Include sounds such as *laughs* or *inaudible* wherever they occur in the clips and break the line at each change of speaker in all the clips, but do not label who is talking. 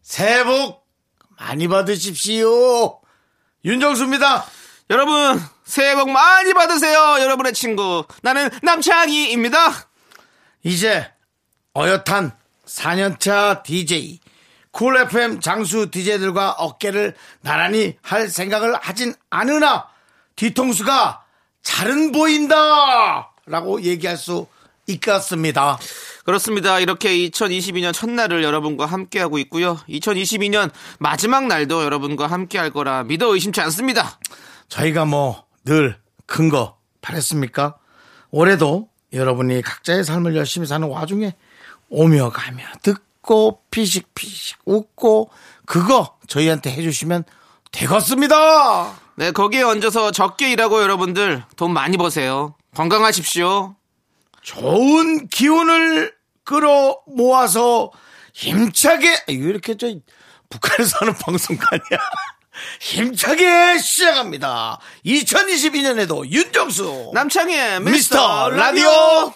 새해 복 많이 받으십시오. 윤정수입니다.
여러분 새해 복 많이 받으세요 여러분의 친구 나는 남창희입니다
이제 어엿한 4년차 DJ 쿨 FM 장수 DJ들과 어깨를 나란히 할 생각을 하진 않으나 뒤통수가 잘은 보인다 라고 얘기할 수 있겠습니다.
그렇습니다 이렇게 2022년 첫날을 여러분과 함께하고 있고요 2022년 마지막 날도 여러분과 함께할 거라 믿어 의심치 않습니다
저희가 뭐 늘 큰 거 바랬습니까? 올해도 여러분이 각자의 삶을 열심히 사는 와중에 오며 가며 듣고 피식피식 웃고 그거 저희한테 해주시면 되겠습니다.
네 거기에 얹어서 적게 일하고 여러분들 돈 많이 버세요 건강하십시오
좋은 기운을 끌어 모아서 힘차게 이거 이렇게 저 북한에서 하는 방송가 아니야? *laughs* 힘차게 시작합니다. 2022년에도 윤정수
남창희의
미스터 라디오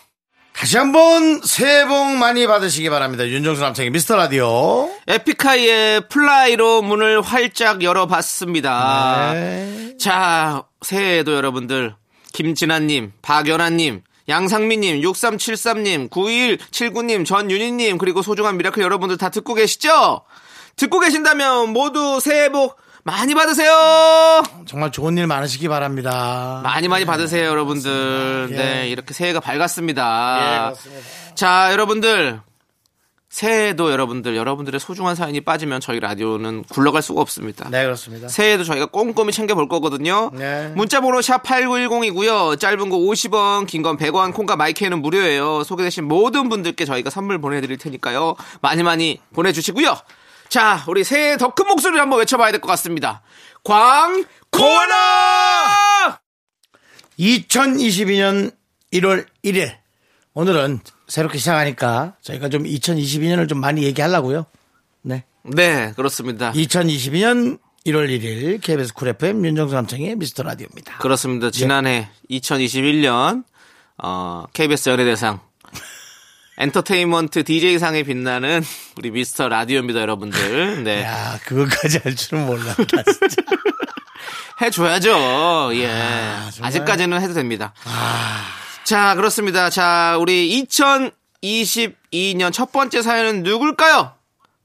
다시 한번 새해 복 많이 받으시기 바랍니다. 윤정수 남창의 미스터 라디오.
에픽하이의 플라이로 문을 활짝 열어봤습니다
네.
자, 새해에도 여러분들, 김진아님, 박연아님, 양상민님, 6373님, 9179님, 전윤희님, 그리고 소중한 미라클 여러분들 다 듣고 계시죠? 듣고 계신다면 모두 새해 복 많이 받으세요!
정말 좋은 일 많으시기 바랍니다.
많이 많이 받으세요, 여러분들.
예.
네, 이렇게 새해가
네,
밝았습니다.
그렇습니다.
자, 여러분들. 새해에도 여러분들, 여러분들의 소중한 사연이 빠지면 저희 라디오는 굴러갈 수가 없습니다.
네 그렇습니다.
새해에도 저희가 꼼꼼히 챙겨볼 거거든요.
네.
문자번호 샵 8910이고요. 짧은 거 50원, 긴 건 100원, 콩과 마이크는 무료예요. 소개되신 모든 분들께 저희가 선물 보내드릴 테니까요. 많이 많이 보내주시고요. 자, 우리 새해 더 큰 목소리를 한번 외쳐봐야 될 것 같습니다. 광고라!
2022년 1월 1일. 오늘은 새롭게 시작하니까 저희가 좀 2022년을 좀 많이 얘기하려고요. 네.
네, 그렇습니다.
2022년 1월 1일 KBS 쿨 FM 윤정수 남창의 미스터 라디오입니다.
그렇습니다. 지난해 2021년 어, KBS 연예대상 엔터테인먼트 DJ상에 빛나는 우리 미스터 라디오입니다, 여러분들. 네.
야, 그것까지 할 줄은 *laughs* 몰랐다. 진짜.
해줘야죠. 예.
아, 정말. 아.
아, 직까지는 해도 됩니다. 자, 그렇습니다. 자, 우리 2022년 첫 번째 사연은 누굴까요?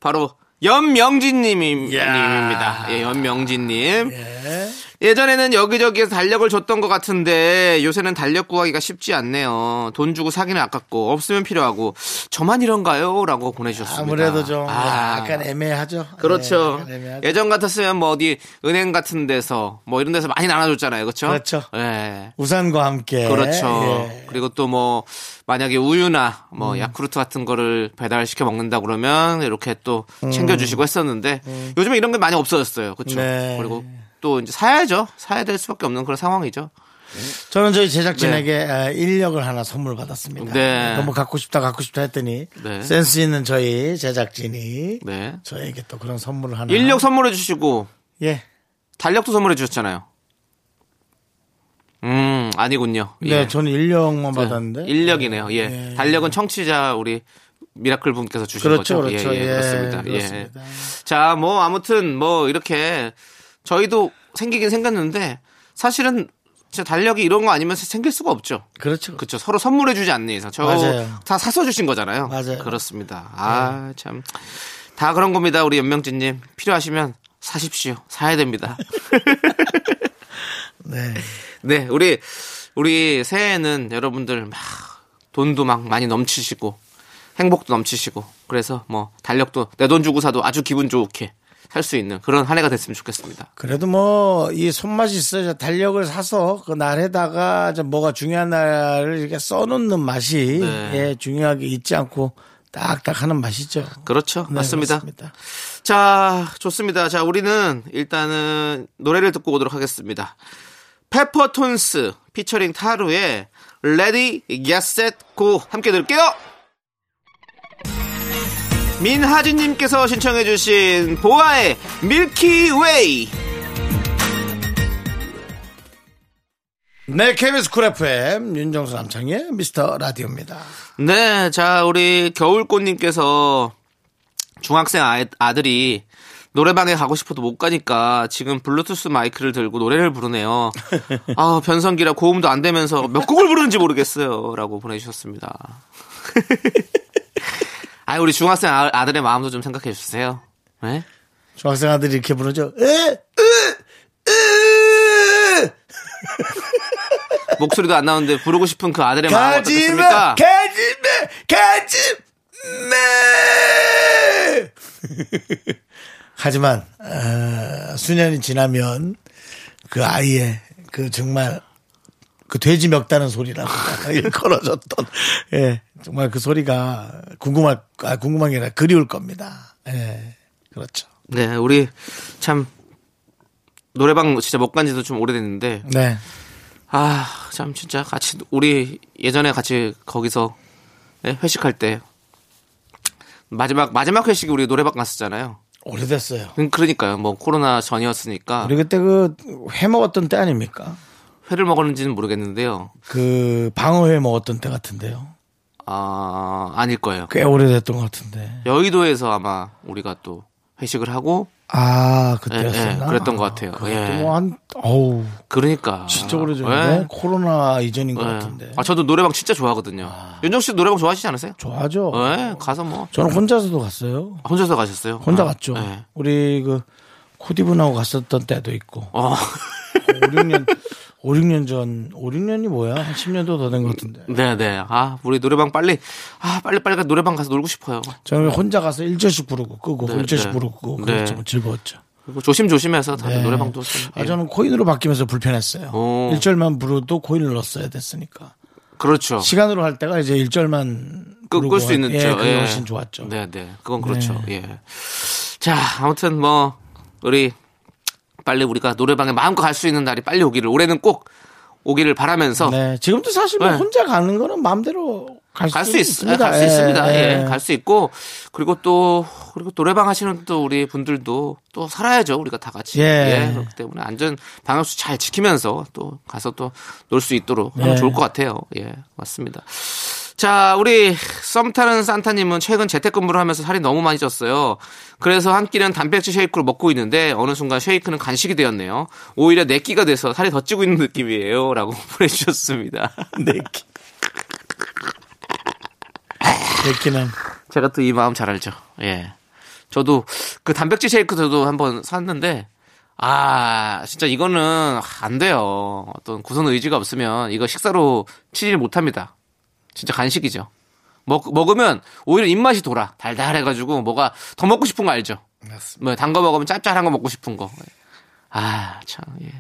바로
야. 예.
연명진님입니다. 예, 연명진님.
네.
예전에는 여기저기에서 달력을 줬던 것 같은데 요새는 달력 구하기가 쉽지 않네요. 돈 주고 사기는 아깝고 없으면 필요하고 저만 이런가요? 라고 보내주셨습니다.
아무래도 좀
아.
약간 애매하죠.
그렇죠.
네, 약간 애매하죠.
예전 같았으면 뭐 어디 은행 같은 데서 뭐 이런 데서 많이 나눠줬잖아요. 그렇죠?
그렇죠.
예.
우산과 함께.
그렇죠.
예.
그리고 또 뭐 만약에 우유나 뭐 야쿠르트 같은 거를 배달시켜 먹는다 그러면 이렇게 또 챙겨주시고 했었는데 요즘에 이런 게 많이 없어졌어요. 그렇죠.
네.
그리고 또 이제 사야죠. 사야 될 수밖에 없는 그런 상황이죠.
저는 저희 제작진에게 에, 인력을 하나 선물 받았습니다.
네.
너무 갖고 싶다, 갖고 싶다 했더니
네.
센스 있는 저희 제작진이
네.
저에게 또 그런 선물을 하나.
인력 선물해 주시고
예.
달력도 선물해 주셨잖아요. 음, 아니군요.
네,
예.
저는 인력만 받았는데.
어, 인력이네요. 예. 달력은 청취자 우리 미라클 분께서 주신
그렇죠,
거죠.
그렇죠.
예, 예,
예,
그렇습니다.
그렇습니다.
예. 자, 뭐 아무튼 뭐 이렇게 저희도 생기긴 생겼는데 사실은 진짜 달력이 이런 거 아니면 생길 수가 없죠.
그렇죠.
그렇죠. 서로 선물해 주지 않는 이상 저
맞아요.
다 사서 주신 거잖아요.
맞아요. 네.
그렇습니다. 아, 참. 다 그런 겁니다. 우리 연명진 님 필요하시면 사십시오.
*laughs*
사야 됩니다.
네.
네, 우리 우리 새해에는 여러분들 막 돈도 막 많이 넘치시고 행복도 넘치시고 그래서 뭐 달력도 내 돈 주고 사도 아주 기분 좋게 살 수 있는 그런 한 해가 됐으면 좋겠습니다.
그래도 뭐 이 손맛이 있어요. 달력을 사서 그 날에다가 좀 뭐가 중요한 날을 이렇게 써놓는 맛이
네.
예, 중요하게 있지 않고 딱딱 하는 맛이죠.
그렇죠.
네,
맞습니다.
맞습니다.
자, 좋습니다. 자, 우리는 일단은 노래를 듣고 오도록 하겠습니다. 페퍼톤스 피처링 타루의 레디 겟셋 고 함께 들을게요. 민하진 님께서 신청해 주신 보아의 밀키웨이.
네, KBS 쿨 FM 윤정수 남창의 미스터 라디오입니다.
네, 자, 우리 겨울꽃님께서 중학생 아이- 아들이 노래방에 가고 싶어도 못 가니까 지금 블루투스 마이크를 들고
*laughs*
노래를 부르네요. 아, 변성기라 고음도 안 되면서 몇 곡을 부르는지 모르겠어요. 라고 보내주셨습니다. *laughs* 아, 우리 중학생 아- 아들의 마음도 좀 생각해 주세요. 네?
중학생 아들이 이렇게 부르죠. 으, 으, 으.
목소리도 안 나오는데 부르고 싶은 그 아들의 마음
가지마,
어떻습니까?
가지마, 가지마. *laughs* 하지만 어, 수년이 지나면 그 아이의 그 정말 그 돼지 먹다는 소리라고 *laughs* 일컬어졌던 예 정말 그 소리가 궁금할 아, 궁금한 게 아니라 그리울 겁니다. 예 그렇죠.
네, 우리 참 노래방 진짜 못 간 지도 좀 오래됐는데
네
아, 참, 진짜 같이, 우리 예전에 같이 거기서 예, 회식할 때 마지막, 마지막 회식이 우리 노래방 갔었잖아요.
오래됐어요.
음, 그러니까요. 뭐 코로나 전이었으니까
우리 그때 그 회 먹었던 때 아닙니까?
회를 먹었는지는 모르겠는데요.
그 방어회 먹었던 때 같은데요.
아, 아닐 거예요.
꽤 오래됐던 것 같은데.
여의도에서 아마 우리가 또 회식을 하고
아 그때였었나?
예, 예, 그랬던 것 같아요.
그것도
예.
뭐한 어우
그러니까.
진짜 오래전에
예,
코로나 이전인 것
예.
같은데.
아, 저도 노래방 진짜 좋아하거든요. 윤정 씨 노래방 좋아하시지 않으세요?
좋아하죠.
예, 가서 뭐
저는 혼자서도 갔어요.
아, 혼자서 가셨어요?
혼자
아,
갔죠.
예.
우리 그 코디분하고 갔었던 때도 있고.
어.
5, 6년 5, 6년 전 5, 6년이 뭐야? 한 10년도 더 된 것 같은데.
네네. 아, 우리 노래방 빨리, 아, 빨리 빨리 가- 노래방 가서 놀고 싶어요.
저는 혼자 가서 1절씩 부르고 끄고
네,
일 1절씩
네.
부르고 끄고
네.
그랬죠. 뭐 즐거웠죠.
그리고 조심조심해서 다들
네.
노래방도 좀.
아, 저는 코인으로 바뀌면서 불편했어요.
예. 오.
일 1절만 부르도 코인을 넣었어야 됐으니까.
그렇죠.
시간으로 할 때가 이제 1절만
끄- 끌수 있는
예,
저,
그게
예.
훨씬 좋았죠.
네네. 그건 그렇죠. 예. 자, 아무튼 뭐, 우리, 빨리 우리가 노래방에 마음껏 갈 수 있는 날이 빨리 오기를, 올해는 꼭 오기를 바라면서.
네, 지금도 사실 뭐
네.
혼자 가는 거는 마음대로 갈
갈
수
수
있습니다.
있습니다. 아, 네, 갈 수
예,
있습니다. 예,
예.
갈 수 있고 그리고 또 그리고 노래방 하시는 또 우리 분들도 또 살아야죠. 우리가 다 같이.
예.
예. 그렇기 때문에 안전 방역수 잘 지키면서 또 가서 또 놀 수 있도록
네.
하면 좋을 것 같아요. 예, 맞습니다. 자, 우리 썸타는 산타님은 최근 재택근무를 하면서 살이 너무 많이 쪘어요. 그래서 한 끼는 단백질 쉐이크를 먹고 있는데 어느 순간 쉐이크는 간식이 되었네요. 오히려 내 끼가 돼서 살이 더 찌고 있는 느낌이에요라고 *laughs* 보내주셨습니다.
내키. 내키는
제가 또 이 마음 잘 알죠. 예. 저도 그 단백질 쉐이크 저도 한번 샀는데 아 진짜 이거는 안 돼요. 어떤 구선 의지가 없으면 이거 식사로 치질 못합니다. 진짜 간식이죠. 먹 먹으면 오히려 입맛이 돌아 달달해가지고 뭐가 더 먹고 싶은 거 알죠. 뭐 단 거 먹으면 짭짤한 거 먹고 싶은 거. 아 참 예.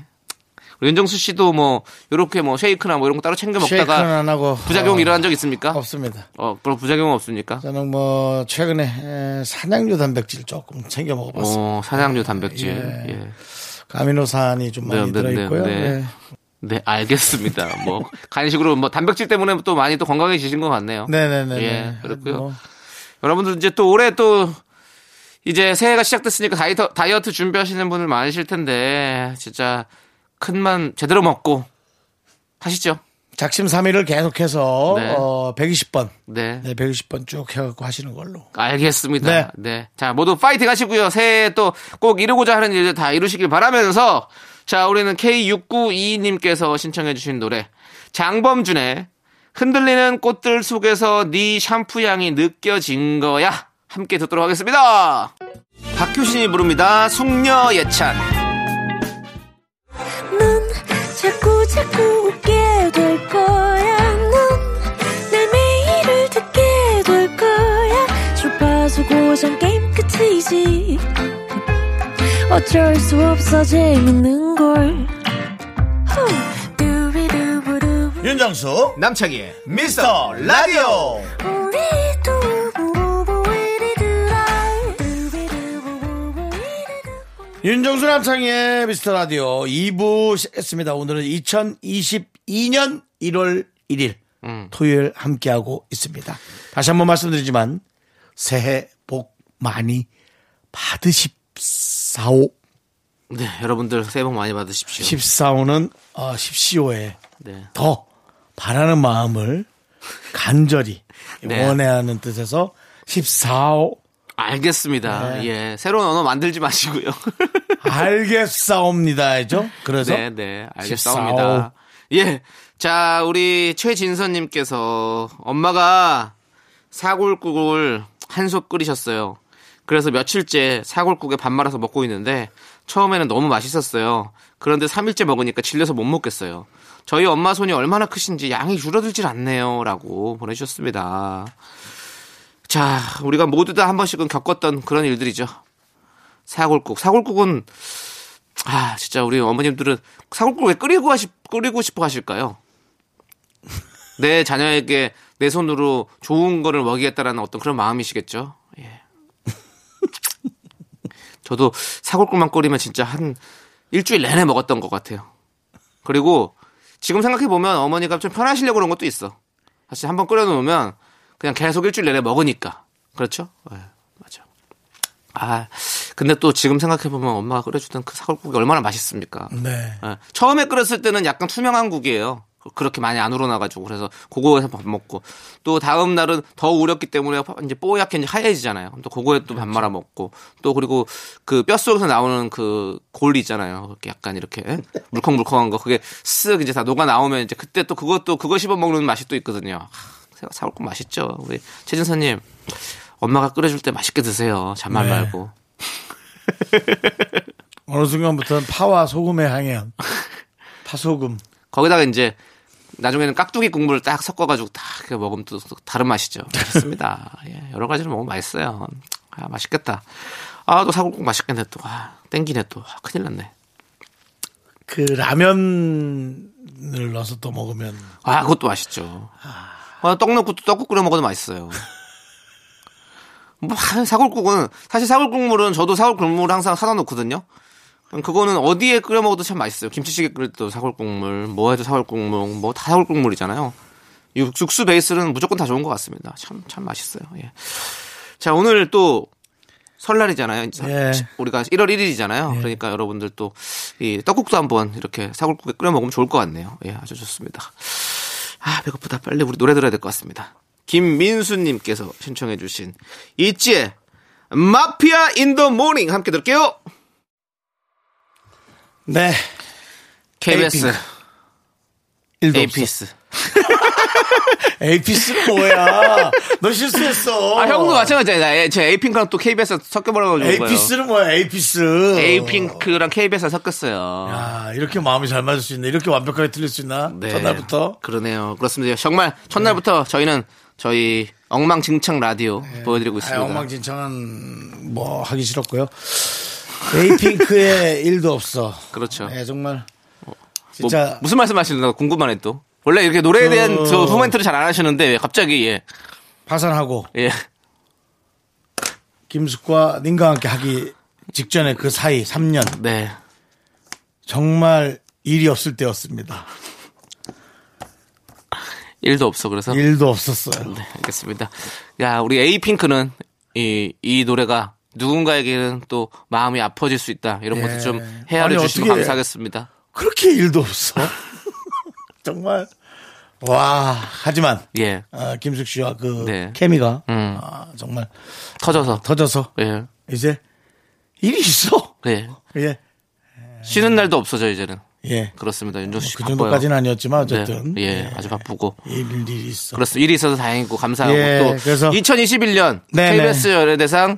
우리 윤정수 씨도 뭐 요렇게 뭐 쉐이크나 뭐 이런 거 따로 챙겨
쉐이크는
먹다가
안 하고
부작용
어,
일어난 적 있습니까?
없습니다.
어 그럼 부작용은 없습니까?
저는 뭐 최근에 에, 산양류 단백질 조금 챙겨 먹어봤어요.
어, 사장류 단백질. 예.
아미노산이 좀 많이
네, 네,
들어있고요. 예.
네, 네. 네, *laughs* 알겠습니다. 뭐 간식으로 뭐 단백질 때문에 또 많이 또 건강해지신 것 같네요.
네, 네, 네.
예,
네.
그렇고요.
뭐,
여러분들 이제 또 올해 또 이제 새해가 시작됐으니까 다이어트, 다이어트 준비하시는 분들 많으실 텐데 진짜 큰맘 제대로 먹고 하시죠.
작심 삼일을 계속해서
네.
어, 120번,
네.
네, 120번 쭉 해갖고 하시는 걸로.
알겠습니다.
네.
네. 자, 모두 파이팅 하시고요. 새해 또 꼭 이루고자 하는 일들 다 이루시길 바라면서 자, 우리는 K6922님께서 신청해 주신 노래 장범준의 흔들리는 꽃들 속에서 네 샴푸 향이 느껴진 거야 함께 듣도록 하겠습니다. 박효신이 부릅니다. 숙녀 예찬.
넌 자꾸 자꾸 웃게 될 거야. 넌내 매일을 듣게 될 거야. 주파수 고정 게임 끝이지. 어쩔 수 없어 재밌는 걸. 후. 두비두부두.
윤정수
남창희의
미스터 라디오.
우리 두부부.
윤정수 남창의 미스터 라디오 2부 시작했습니다. 오늘은 2022년 1월 1일
음.
토요일 함께하고 있습니다. 다시 한번 말씀드리지만 새해 복 많이 받으십사오.
네, 여러분들 새해 복 많이 받으십시오.
14호는 어, 14호에
네.
더 바라는 마음을 간절히
*laughs* 네.
원해하는 뜻에서 14호
알겠습니다. 예, 새로운 언어 만들지 마시고요. *laughs*
알겠사옵니다죠. 그래서
네, 네, 알겠습니다. 예, 자 우리 최진선님께서 엄마가 사골국을 한솥 끓이셨어요. 그래서 며칠째 사골국에 밥 말아서 먹고 있는데 처음에는 너무 맛있었어요. 그런데 3일째 먹으니까 질려서 못 먹겠어요. 저희 엄마 손이 얼마나 크신지 양이 줄어들질 않네요라고 보내주셨습니다. 자, 우리가 모두 다 한 번씩은 겪었던 그런 일들이죠. 사골국. 사골국은 아, 진짜 우리 어머님들은 사골국 왜 끓이고 하시, 끓이고 싶어 하실까요? 내 자녀에게 내 손으로 좋은 거를 먹이겠다라는 어떤 그런 마음이시겠죠? 예. *laughs* 저도 사골국만 끓이면 진짜 한 일주일 내내 먹었던 것 같아요. 그리고 지금 생각해보면 어머니가 좀 편하시려고 그런 것도 있어. 사실 한번 끓여놓으면 그냥 계속 일주일 내내 먹으니까. 그렇죠? 예, 맞아. 아, 근데 또 지금 생각해보면 엄마가 끓여주던 그 사골국이 얼마나 맛있습니까?
네.
예, 처음에 끓였을 때는 약간 투명한 국이에요. 그- 그렇게 많이 안 우러나가지고 그래서 그거에서 밥 먹고 또 다음 날은 더 우렸기 때문에 파- 이제 뽀얗게 이제 하얘지잖아요. 또 그거에 또 밥 말아 먹고 또 그리고 그 뼛속에서 나오는 그 골이 있잖아요. 이렇게 약간 이렇게 예? 물컹물컹한 거 그게 쓱 이제 다 녹아 나오면 이제 그때 또 그것도 그거 씹어 먹는 맛이 또 있거든요. 하, 사골국 맛있죠. 우리 최진선님 엄마가 끓여줄 때 맛있게 드세요. 잔말
네.
말고
어느 순간부터는 파와 소금의
*laughs*
향연. 파소금.
거기다가 이제 나중에는 깍두기 국물을 딱 섞어가지고 딱 이렇게 먹으면 또 다른 맛이죠. 맛있습니다. 예, 여러 가지로 먹으면 맛있어요. 아, 맛있겠다. 아, 또 사골국 맛있겠네 또. 아, 땡기네 또. 아, 큰일 났네.
그 라면을 넣어서 또 먹으면
아, 그것도 맛있죠. 아, 떡 넣고 또 떡국 끓여 먹어도 맛있어요. 뭐, 하, 사골국은, 사실 사골국물은 저도 사골국물 항상 사다 놓거든요. 그거는 어디에 끓여 먹어도 참 맛있어요. 김치찌개 끓일 때도 사골국물, 뭐 해도 사골국물, 뭐 다 사골국물이잖아요. 육- 육수 베이스는 무조건 다 좋은 것 같습니다. 참, 참 맛있어요. 예. 자, 오늘 또 설날이잖아요. 이제
예.
우리가 1월 1일이잖아요. 그러니까 여러분들 또 이 떡국도 한번 이렇게 사골국에 끓여 먹으면 좋을 것 같네요. 예, 아주 좋습니다. 아, 배고프다. 빨리 우리 노래 들어야 될 것 같습니다. 김민수님께서 신청해주신 있지의 마피아 인 더 모닝 함께 들을게요.
네.
KBS,
일도 없어.
에이피스.
에이피스는 뭐야? 너 실수했어.
아, 형도 마찬가지잖아요. 예, 제 에이핑크랑 또 KBS 섞여버려가지고.
에이피스는 뭐야? 에이피스.
에이핑크랑 KBS 섞였어요.
아, 이렇게 마음이 잘 맞을 수 있나? 이렇게 완벽하게 틀릴 수 있나?
네.
전날부터. 네.
그러네요. 그렇습니다. 정말 첫날부터 저희는 저희 엉망진창 라디오 보여드리고
아,
있습니다.
엉망진창은 뭐 하기 싫었고요. 에이핑크의 일도 없어.
그렇죠.
네, 정말
뭐,
진짜
무슨 말씀 하시려나 궁금하네 또. 원래 이렇게 노래에 대한
그-
저 코멘트를 잘 안 하시는데 왜 갑자기 예.
파산하고
예.
김숙과 님과 함께 하기 직전에 그 사이 3년
네.
정말 일이 없을 때였습니다.
일도 없어 그래서.
일도 없었어요.
네, 알겠습니다. 야, 우리 에이핑크는 이, 이 노래가 누군가에게는 또 마음이 아파질 수 있다. 이런 것도
예.
좀 헤아려
아니,
주시면
어떻게-
감사하겠습니다.
그렇게 일도 없어. *laughs* 정말 와 하지만
예.
아, 김숙 씨와 그
네.
케미가
음.
아, 정말
터져서.
터져서
예.
이제 일이 있어.
예.
예,
쉬는 날도 없어져 이제는.
예.
그렇습니다. 윤정수 씨
그
바빠요.
정도까지는 아니었지만 어쨌든
네. 예. 아주 바쁘고.
일, 일이 있어.
그렇습니다. 일이 있어서 다행이고 감사하고
예,
또
그래서-
2021년
네,
KBS 연예대상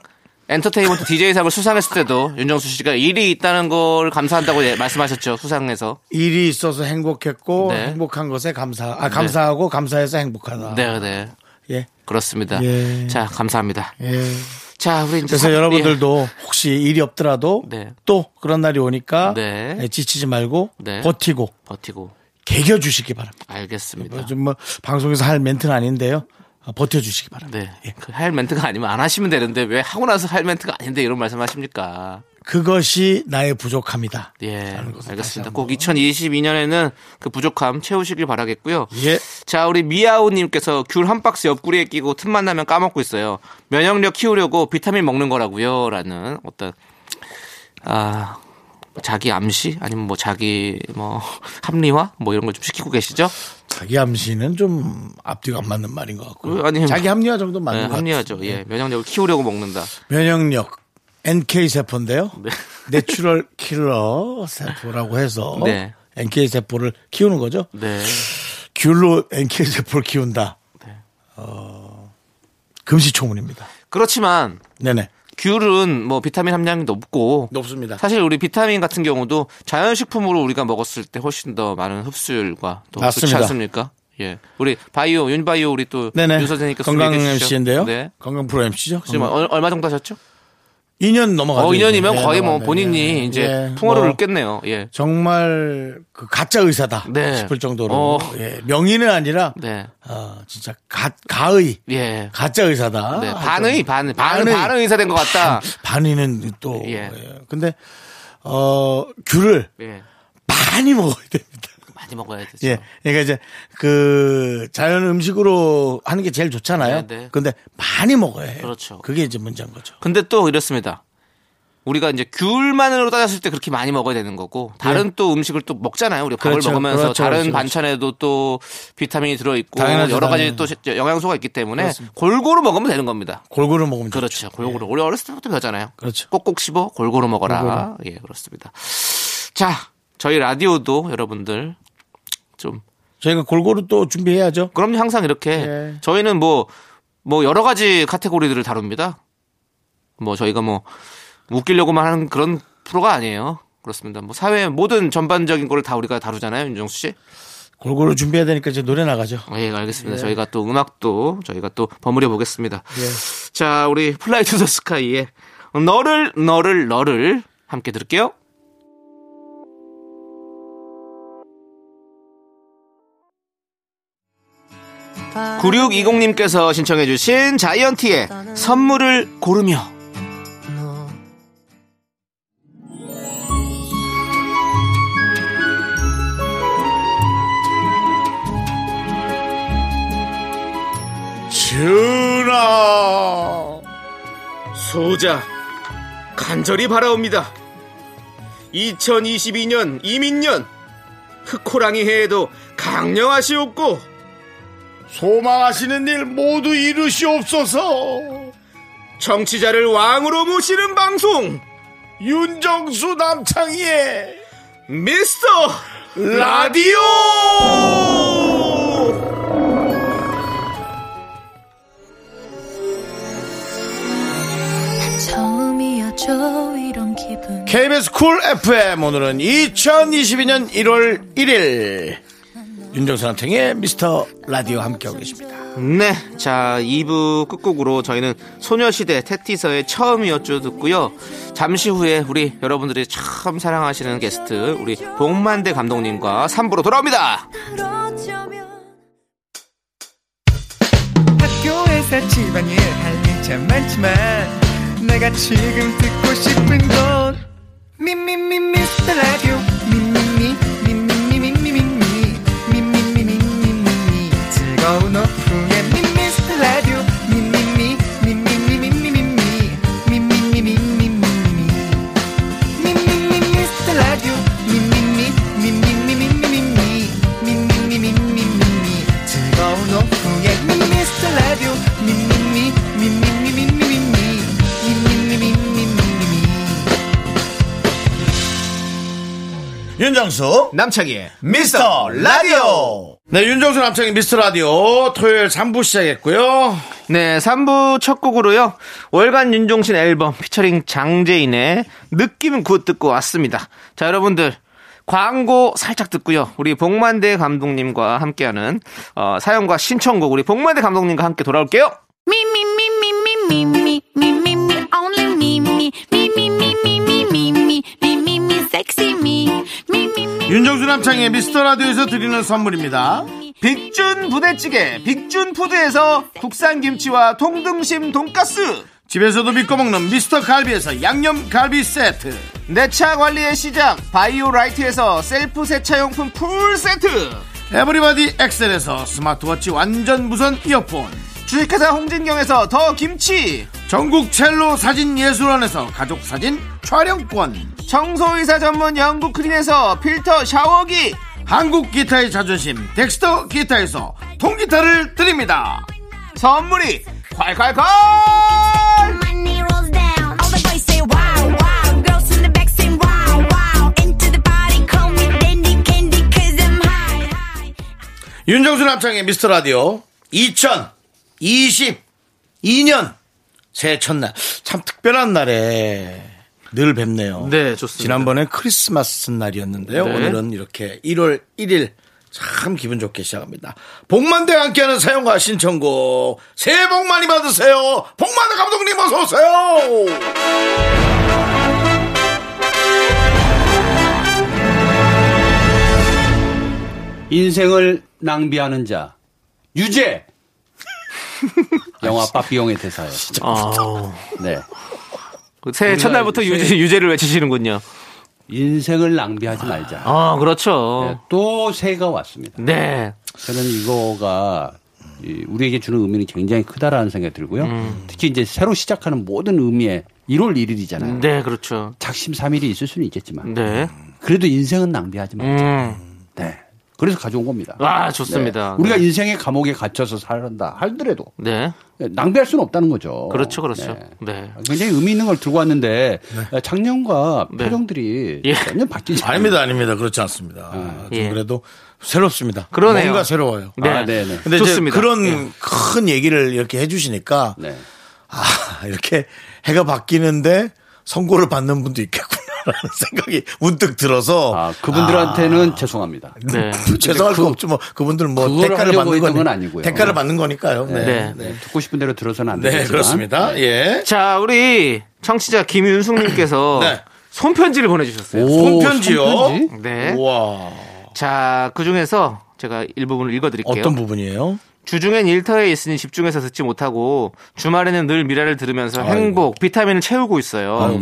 엔터테인먼트 *laughs* DJ상을 수상했을 때도 윤정수 씨가 일이 있다는 걸 감사한다고 예, 말씀하셨죠. 수상해서.
일이 있어서 행복했고
네.
행복한 것에 감사 아 감사하고 감사해서 행복하다.
네, 네.
예.
그렇습니다.
예.
자, 감사합니다.
예.
자, 우리 이제
그래서
사-
여러분들도 혹시 일이 없더라도
아, 예. 네.
또 그런 날이 오니까
네.
예, 지치지 말고
네.
버티고
예, 버티고
개겨 주시기 바랍니다.
알겠습니다.
요즘 뭐 방송에서 할 멘트는 아닌데요. 아, 버텨 주시기 바랍니다.
그 네. 그할 멘트가 아니면 안 하시면 되는데 왜 하고 나서 할 멘트가 아닌데 이런 말씀하십니까?
그것이 나의 부족함이다.
예,
라는 것을 다시
알겠습니다.
한번.
꼭 2022년에는 그 부족함 채우시길 바라겠고요.
예.
자, 우리 미아오님께서 귤 한 박스 옆구리에 끼고 틈만 나면 까먹고 있어요. 면역력 키우려고 비타민 먹는 거라고요. 라는 어떤, 아, 자기 암시? 아니면 뭐 자기 뭐 *laughs* 합리화? 뭐 이런 걸 좀 시키고 계시죠?
자기 암시는 좀 앞뒤가 안 맞는 말인 것 같고.
어, 아니,
자기 합리화 정도
예,
맞는 것
합리화죠.
같아요.
예, 면역력을 키우려고 먹는다.
면역력 NK 세포인데요.
네.
내추럴 킬러 세포라고 해서
네.
NK 세포를 키우는 거죠.
네.
귤로 NK 세포를 키운다. 어, 금시초문입니다.
그렇지만
네네.
귤은 뭐 비타민 함량이 높고
높습니다.
사실 우리 비타민 같은 경우도 자연식품으로 우리가 먹었을 때 훨씬 더 많은 흡수율과 또 좋지
맞습니다.
않습니까? 예. 우리 바이오, 윤바이오 우리 또
네네.
윤 선생님께서
건강
소개해 주시죠.
MC인데요.
네.
건강 프로 MC죠.
지금 얼- 얼마 정도 하셨죠?
2년 넘어가죠.
어, 2년이면
이제. 네,
거의 뭐
넘어갔네.
본인이
예.
이제
예,
풍어를
뭐
읊겠네요. 예.
정말 그 가짜 의사다
네.
싶을 정도로
어.
예, 명의는 아니라
네.
어, 진짜 가, 가의
예.
가짜 의사다.
네. 반의, 반, 반,
반의.
반의 의사 된 것 같다.
반이는 또
예.
예. 근데 어 귤을
예.
많이 먹어야 됩니다.
많이 먹어야 되죠.
예. 그러니까 이제 그 자연 음식으로 하는 게 제일 좋잖아요.
네, 네.
근데 많이 먹어야 해요.
그렇죠.
그게 이제 문제인 거죠.
근데 또 이렇습니다. 우리가 이제 귤만으로 따졌을 때 그렇게 많이 먹어야 되는 거고 다른 또 음식을 또 먹잖아요. 우리 밥을
네. 그렇죠.
먹으면서
그렇죠.
다른
그렇죠.
반찬에도 또 비타민이 들어 있고
당연하죠,
여러 가지
당연히.
또 시- 영양소가 있기 때문에 골고루 먹으면 되는 겁니다.
골고루 먹으면 좋죠.
그렇죠. 골고루. 우리 어렸을 때부터 배잖아요.
그렇죠.
꼭꼭 씹어 골고루 먹어라. 예, 그렇습니다. 자, 저희 라디오도 여러분들 좀
저희가 골고루 또 준비해야죠.
그럼 항상 이렇게
예.
저희는 뭐 뭐 여러 가지 카테고리들을 다룹니다. 뭐 저희가 뭐 웃기려고만 하는 그런 프로가 아니에요. 그렇습니다. 뭐 사회 모든 전반적인 걸 다 우리가 다루잖아요, 윤정수 씨.
골고루 준비해야 되니까 이제 노래 나가죠.
아, 예, 알겠습니다. 저희가 또 음악도 저희가 또 버무려 보겠습니다. 자, 우리 플라이 투 더 스카이의 너를 너를 너를 함께 들을게요.
구류
9620님께서 신청해 주신 자이언티의 선물을 고르며
준아
소자 간절히 바라옵니다. 2022년 이민년 흑호랑이 해에도 강령하시옵고
소망하시는 일 모두 이루시옵소서.
정치자를 왕으로 모시는 방송
윤정수 남창희의
미스터
라디오
처음이었죠 이런 기분
KBS 쿨 FM 오늘은 2022년 1월 1일 윤정수 남창희의 미스터 라디오 함께하고 계십니다.
네, 자 2부 끝곡으로 저희는 소녀시대 테티서의 처음이었죠 듣고요. 잠시 후에 우리 여러분들이 참 사랑하시는 게스트 우리 봉만대 감독님과 3부로 돌아옵니다.
어쩌면
학교에서 집안일 할 일 참 많지만 내가 지금 듣고 싶은 건 미미미 미스터 라디오 미미미 미미미 미미미 미미미 미미미 미미미 즐거운 오후에 미미스터 라디오 미미미 미미미 미미미 미미미 미미미 미미미
윤정수
남창희의
미스터 라디오 네 윤정수 남창희 미스터 라디오 토요일 3부 시작했고요.
네 3부 첫 곡으로요 월간 윤종신 앨범 피처링 장재인의 느낌 굿 듣고 왔습니다 자 여러분들 광고 살짝 듣고요 우리 복만대 감독님과 함께하는 어, 사연과 신청곡 우리 복만대 감독님과 함께 돌아올게요
Me, me, me, me, me, me, me, me, me, me, only me, me, me, me, me, me, me, me, me, me, me, me, sexy me, me, me, me.
윤정수 남창희의 미스터 라디오에서 드리는 선물입니다.
빅준 부대찌개 빅준푸드에서 국산 김치와 통등심 돈가스
집에서도 믿고 먹는 미스터 갈비에서 양념 갈비 세트.
내 차 관리의 시작 바이오라이트에서 셀프 세차용품 풀 세트
에브리바디 엑셀에서 스마트워치 완전 무선 이어폰.
주식회사 홍진경에서 더 김치
전국 첼로 사진 예술원에서 가족 사진 촬영권.
청소이사 전문 영국 크린에서 필터 샤워기
한국 기타의 자존심 덱스터 기타에서 통기타를 드립니다.
선물이 콸콸콸
Money rolls down. All the boys say wow, wow. Girls in the back say wow, wow. Into the party, call me dandy candy, cause I'm high, high.
윤정수 남창의 미스터 라디오 2022년 새해 첫날 참 특별한 날에 늘 뵙네요.
네, 좋습니다.
지난번에 크리스마스 날이었는데요.
네.
오늘은 이렇게 1월 1일 참 기분 좋게 시작합니다. 복만대와 함께하는 사연과 신청곡 새해 복 많이 받으세요. 복만대 감독님 어서 오세요.
인생을 낭비하는 자 유죄 영화 빠삐용의 대사요. 네,
아. 그 새해 첫날부터 유죄, 유죄를 외치시는군요
인생을 낭비하지 말자.
아
네,
그렇죠
또 새해가 왔습니다.
네
저는 이거가 이 우리에게 주는 의미는 굉장히 크다라는 생각이 들고요. 특히 이제 새로 시작하는 모든 의미에 1월 1일이잖아요.
네, 그렇죠
작심 삼일이 있을 수는 있겠지만
네
그래도 인생은 낭비하지 말자.
음.
네, 그래서 가져온 겁니다.
아,
네,
좋습니다.
우리가 인생의 감옥에 갇혀서 살다 할더라도
네.
네, 낭비할 수는 없다는 거죠.
그렇죠, 그렇죠. 네.
굉장히 의미 있는 걸 들고 왔는데 작년과
네.
표정들이
예.
전혀 바뀌지 않아요.
아닙니다, 아닙니다. 그렇지 않습니다. 좀
예.
그래도 새롭습니다.
그러네요.
뭔가 새로워요.
네.
아, 네, 네.
근데
좋습니다.
이제 그런
예.
큰 얘기를 이렇게 해주시니까
네.
아 이렇게 해가 바뀌는데 선고를 받는 분도 있겠구나라는 *laughs* 생각이 문득 들어서 아,
아, 그분들한테는 죄송합니다.
네.
*laughs* 죄송할 거 없지 뭐 그분들 뭐
그걸
대가를
하려고
받는
했던
거니-
건 아니고요.
대가를 받는 거니까요. 네,
네.
네, 듣고 싶은 대로 들어서는 안
네,
되지만
그렇습니다. 예.
자, 우리 청취자
*laughs*
김윤숙님께서
네.
손편지를 보내주셨어요.
오,
손편지요?
손편지?
네.
우와
자, 그 중에서 제가 일부분을 읽어드릴게요.
어떤 부분이에요?
주중엔 일터에 있으니 집중해서 듣지 못하고 주말에는 늘 미라를 들으면서 행복, 비타민을 채우고 있어요. 음.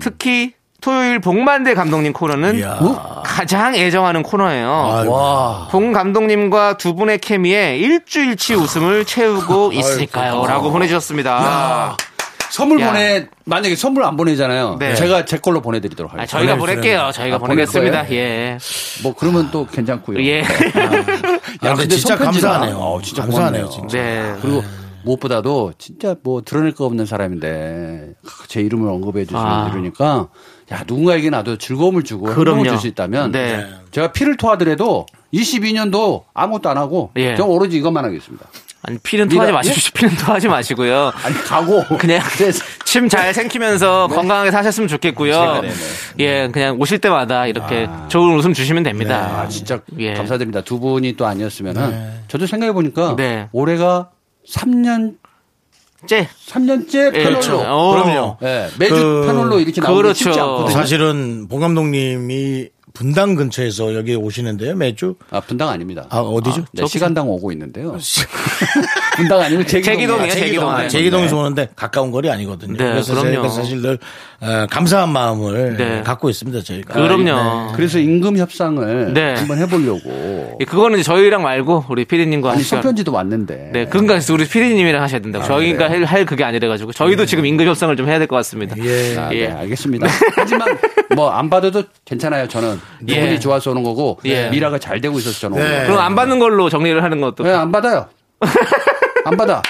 특히 토요일 복만대 감독님 코너는
이야.
어? 가장 애정하는 코너예요.
아,
와
봉 감독님과 두 분의 케미에 일주일치 웃음을
*laughs*
채우고 있으니까요. 라고 보내주셨습니다.
선물
야.
보내 만약에 선물 안 보내잖아요.
네.
제가 제 걸로 보내드리도록
아,
하겠습니다.
저희가 보낼게요. 저희가
아, 보낼
보내겠습니다.
거예요? 네.
예.
뭐 그러면 또 괜찮고요.
예.
야, 근데 아, 네, 진짜
손편지다.
감사하네요.
어, 진짜
감사하네요,
고맙네요.
진짜.
*laughs* 네.
그리고 무엇보다도 진짜 뭐 드러낼 거 없는 사람인데 제 이름을 언급해 주시고
아.
이러니까 야 누군가에게 나도 즐거움을 주고
그럼요.
행복을 줄 수 있다면
네.
제가 피를 토하더라도 22년도 아무것도 안 하고
예.
저 오로지 이것만 하겠습니다.
아니, 피는 토하지
미라- 예?
마십시오. 피는 토하지 마시고요.
아니 가고
*laughs* 그냥
*laughs* 그래서
침 잘 생기면서
네.
건강하게 사셨으면 좋겠고요. 예, 그냥 오실 때마다 이렇게 좋은 웃음 주시면 됩니다.
아 진짜
예.
감사드립니다. 두 분이 또 아니었으면
네.
은 저도 생각해 보니까
네.
올해가 3년
째.
3년째
예,
패널로
어,
그럼요.
예, 매주
그-
패널로 이렇게 나오는 게 쉽지
그렇죠.
않거든요.
어. 사실은 봉 감독님이 분당 근처에서 여기 오시는데요 매주
아, 분당 아닙니다.
아, 어디죠?
네, 시간당 오고
*laughs*
있는데요. 분당 아니고
제기동이에요,
제기동이에요.
제기동.
아, 제기동,
제기동.
제기동에서 오는데 가까운 거리 아니거든요.
네,
그래서
그럼요.
저희가 사실 늘 어, 감사한 마음을
네.
갖고 있습니다. 저희가
그럼요.
그래서 임금 협상을
아. 네.
한번 해보려고.
예, 그거는 이제 저희랑 말고 우리 피디님과
아니
하시죠.
손편지도 왔는데.
네, 그러니까 우리 피디님이랑 하셔야
아,
된다고. 저희가
네.
할, 할 그게 아니래가지고
음.
저희도 지금 임금 협상을 좀 해야 될 것 같습니다.
예.
아,
예.
네, 알겠습니다. 하지만 뭐 안 받아도 괜찮아요. 저는
예.
기분이 좋아서 오는 거고
예.
미라가 잘 되고 있어서 저는.
네.
네.
그럼 안 받는 걸로 정리를 하는 것도.
네, 안 받아요. 안 받아.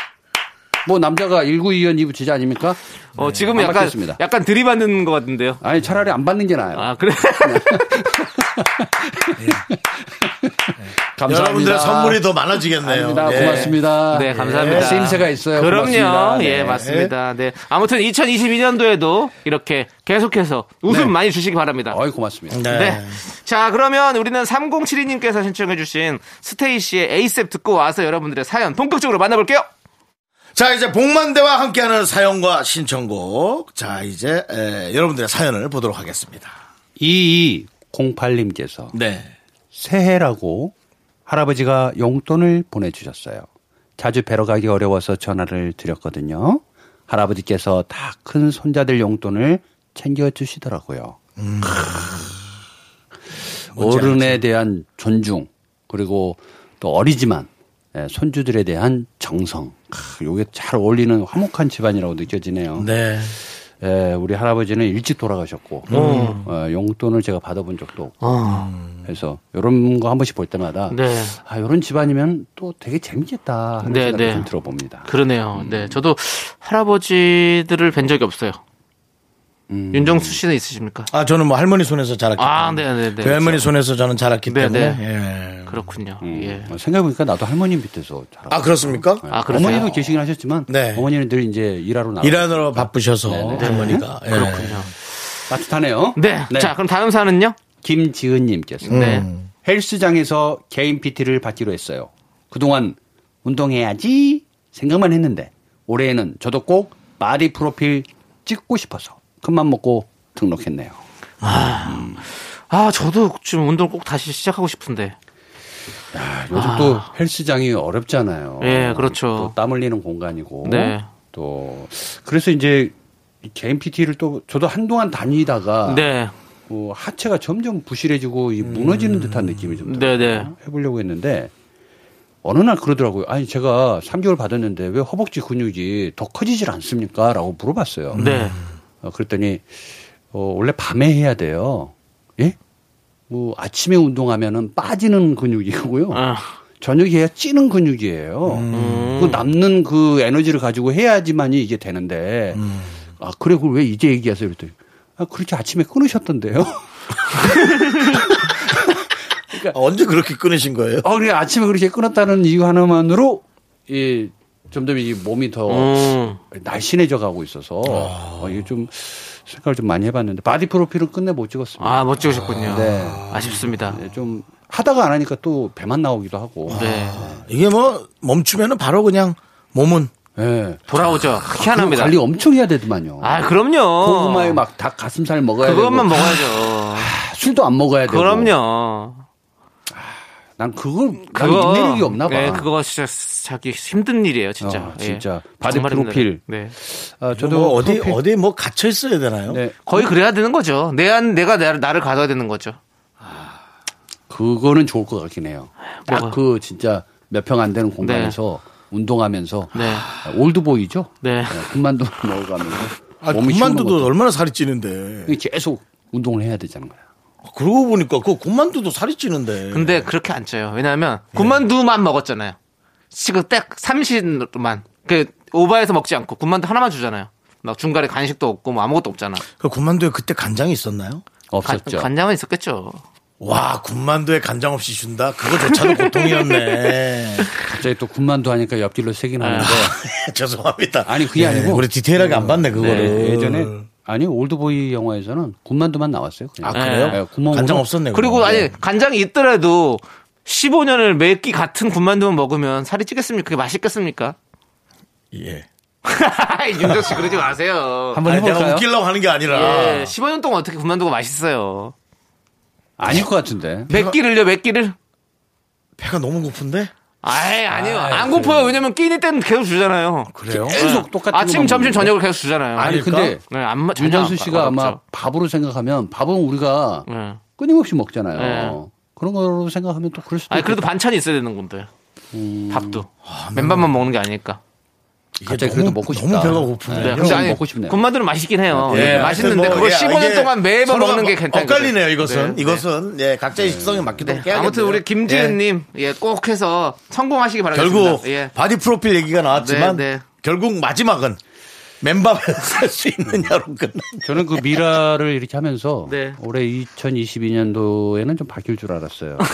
뭐 남자가 1922원 이부 지자 아닙니까?
어, 지금 은
안
약간
받겠습니다.
약간 들이받는 것 같은데요.
아니 차라리 안 받는 게 나아요.
아 그래.
*laughs* 감사합니다.
여러분들의 선물이 더 많아지겠네요.
아닙니다.
예.
*laughs*
고맙습니다.
네 감사합니다.
네, 쓰임새가 있어요.
그럼요.
고맙습니다. 네.
예 맞습니다. 네 아무튼 2022년도에도 이렇게 계속해서 웃음 많이 주시기 바랍니다.
네. 어이 고맙습니다.
네.
네. 자, 그러면 우리는 3072님께서 신청해주신 스테이시의 에이셉 듣고 와서 여러분들의 사연 본격적으로 만나볼게요.
자 이제 복만대와 함께하는 사연과 신청곡. 자 이제 에, 여러분들의 사연을 보도록 하겠습니다.
2208님께서
네.
새해라고 할아버지가 용돈을 보내주셨어요. 자주 뵈러 가기 어려워서 전화를 드렸거든요. 할아버지께서 다 큰 손자들 용돈을 챙겨주시더라고요. 크. 어른에 대한 존중 그리고 또 어리지만 예, 손주들에 대한 정성. 크, 요게 잘 어울리는 화목한 집안이라고 느껴지네요.
네.
예, 우리 할아버지는 일찍 돌아가셨고 어, 용돈을 제가 받아본 적도 없고 그래서 이런 거 한 번씩 볼 때마다
네.
아 이런 집안이면 또 되게 재밌겠다 하는
네,
생각이
네.
좀 들어봅니다. 음.
그러네요. 네. 저도 할아버지들을 뵌 적이 없어요.
음.
윤정수 씨는 있으십니까?
아 저는 뭐 할머니 손에서 자랐기 때문에
아, 네네네.
그 할머니 손에서 저는 자랐기
네,
때문에 예.
그렇군요. 예.
어, 생각해보니까 나도 할머님 밑에서 자랐어요.
아 그렇습니까?
아, 그러세요?
어머니도 계시긴 하셨지만
네.
어머니는 늘 이제 일하러 나가
일하느라 바쁘셔서 할머니가 예.
그렇군요.
따뜻하네요. 음.
네. 자, 그럼 다음 사는요?
김지은님께서
네.
헬스장에서 개인 PT를 받기로 했어요. 그동안 운동해야지 생각만 했는데 올해에는 저도 꼭 마리 프로필 찍고 싶어서 큰맘 먹고 등록했네요.
아, 저도 지금 운동 꼭 다시 시작하고 싶은데.
아, 요즘 또 헬스장이 어렵잖아요.
예, 그렇죠.
또 땀 흘리는 공간이고.
네.
또 그래서 이제 이 개인 PT를 또 저도 한동안 다니다가
네.
어, 하체가 점점 부실해지고 이 무너지는 듯한 느낌이 좀
네,
들어요. 해보려고 했는데 어느 날 그러더라고요. 아니 제가 3개월 받았는데 왜 허벅지 근육이 더 커지질 않습니까? 라고 물어봤어요.
네.
어, 그랬더니 어, 원래 밤에 해야 돼요. 예? 뭐 아침에 운동하면은 빠지는 근육이고요.
아,
저녁에 해야 찌는 근육이에요.
음.
그 남는 그 에너지를 가지고 해야지만이 이게 되는데.
음.
아, 그래, 그걸 왜 이제 얘기하세요? 그랬더니, 아, 그렇게 아침에 끊으셨던데요? *laughs*
아, 언제 그렇게 끊으신 거예요?
아, 그래, 아침에 그렇게 끊었다는 이유 하나만으로, 이, 점점 이 몸이 더
음. 아.
날씬해져 가고 있어서, 어, 이게 좀 생각을 좀 많이 해봤는데, 바디 프로필은 끝내 못 찍었습니다.
아, 못 찍으셨군요.
네.
아쉽습니다.
네, 좀, 하다가 안 하니까 또 배만 나오기도 하고.
네.
이게 뭐 멈추면은 바로 그냥 몸은
예.
돌아오죠.
그거
희한합니다.
관리 엄청 해야 되더만요.
아, 그럼요.
고구마에 막 닭 가슴살 먹어야 되고. 아, 네,
그것만 먹어야죠.
술도 안 먹어야 되고.
그럼요.
난 그걸 난 인내력이 없나 봐.
네, 그거 진짜 자기 힘든 일이에요, 진짜.
어,
예.
진짜. 바디
정말
프로필.
힘들어요. 네.
아,
저도
저도
어디
프로필-
어디 뭐 갇혀 있어야 되나요?
네.
거의 그래야 되는 거죠. 내 안, 내가 나를, 나를 가둬야 되는 거죠.
그거는 좋을 것 같긴 해요.
뭐가?
딱 그 진짜 몇 평 안 되는 공간에서 운동하면서
네.
아, 올드보이죠.
네.
군만두 *laughs* 먹어가면서
아,
몸이 키우는
군만두도
것도
얼마나 살이 찌는데.
계속 운동을 해야 되잖아요.
그러고 보니까 그 군만두도 살이 찌는데.
근데 그렇게 안 쪄요. 왜냐하면 군만두만 먹었잖아요. 지금 딱 삼신만. 그 오바해서 먹지 않고 군만두 하나만 주잖아요. 막 중간에 간식도 없고 뭐 아무것도 없잖아.
그 군만두에 그때 간장이 있었나요?
간-
없었죠.
간장은 있었겠죠.
와 군만두에 간장 없이 준다. 그거조차도 고통이었네. *laughs*
갑자기 또 군만두 하니까 옆길로
네.
새긴 하는데
아. 죄송합니다.
아니, 그게
예,
아니고.
우리 디테일하게 안 봤네 그거를.
예, 예전에 아니 올드보이 영화에서는 군만두만 나왔어요.
음.
그냥.
아 그래요?
예, 구멍으로.
간장 없었네.
그리고
그거. 예,
아니 간장이 있더라도 15년을 매 끼 같은 군만두만 먹으면 살이 찌겠습니까? 그게 맛있겠습니까?
예.
윤정 씨 그러지 마세요.
한번
아니, 내가
해볼까요?
웃기려고 하는 게 아니라.
예, 15년 동안 어떻게 군만두가 맛있어요?
아닐 것 같은데.
몇 끼를요? 몇 끼를?
배가 너무 고픈데?
아예 아니요. 안 고파요. 왜냐면 끼니 때는 계속 주잖아요.
그래요?
계속 똑같은
아침,
것만
점심,
먹는데.
저녁을 계속 주잖아요.
아니 근데
네, 안 마- 전혀
윤정수
안
씨가 아마
맛없죠.
밥으로 생각하면 밥은 우리가
네.
끊임없이 먹잖아요.
네.
그런 거로 생각하면 또 그럴 수도
아니
있고
그래도 반찬이 있어야 되는 건데. 밥도 맨밥만 먹는 게 아니니까.
이게
갑자기
너무-
그래도 먹고 싶다.
너무 배가 고프네.
네,
형,
근데 아니,
먹고 싶네요.
군만두는 맛있긴 해요.
예,
예, 맛있는데
하여튼 뭐,
그걸
예,
15년
이게
동안 매번
서로가
먹는 게
뭐
괜찮아요.
엇갈리네요, 이것은.
네,
이것은, 예, 각자의 식성에 맞기도
네. 아무튼 우리 김지은님 예, 꼭 해서 성공하시기 바라겠습니다.
결국,
예.
바디 프로필 얘기가 나왔지만,
네, 네.
결국 마지막은 맨밥을 *laughs* 살수 있느냐로 끝나.
저는 그 미라를 이렇게 하면서
*laughs* 네.
올해 2022년도에는 좀 바뀔 줄 알았어요. *laughs*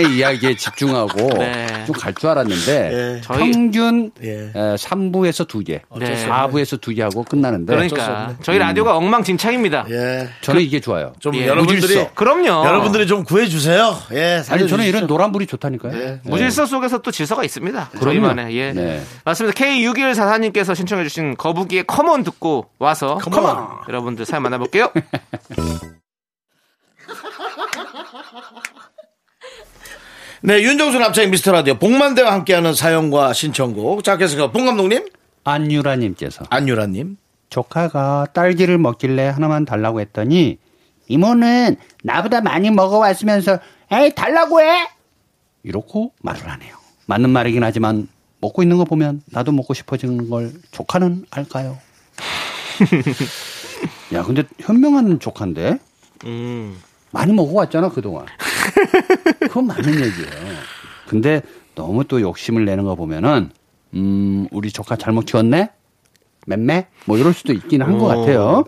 하나의 이야기에 집중하고
네.
좀 갈 줄 알았는데
예.
저희-
평균
예.
에, 3부에서 2개,
네.
네. 4부에서 2개 하고 끝나는데
그러니까 저희 라디오가 엉망진창입니다.
예.
저는 이게 좋아요.
좀
예, 어.
여러분들이,
무질서.
그럼요.
여러분들이 좀 구해주세요. 예,
아니
살려주십시오.
저는 이런 노란불이 좋다니까요. 네.
무질서 속에서 또 질서가 있습니다.
그럼요.
저희만의 예.
네.
맞습니다. K6144님께서 신청해주신 거북이의 컴온 듣고 와서
컴온.
여러분들 사연
*laughs*
만나볼게요.
네, 윤정수 남창의 미스터 라디오 복만대와 함께하는 사연과 신청곡. 자, 계속해서 봉 감독님.
안유라님께서
안유라님.
조카가 딸기를 먹길래 하나만 달라고 했더니 이모는 나보다 많이 먹어왔으면서 에이 달라고 해 이렇고 말을 하네요. 맞는 말이긴 하지만 먹고 있는 거 보면 나도 먹고 싶어지는 걸 조카는 알까요? *laughs* 야 근데 현명한 조카인데 음. 많이 먹어왔잖아
*laughs*
그동안 그건 맞는 얘기예요. 근데 너무 또 욕심을 내는 거 보면은 음 우리 조카 잘못 키웠네 맴매 뭐 이럴 수도 있긴 한
어.
것 같아요.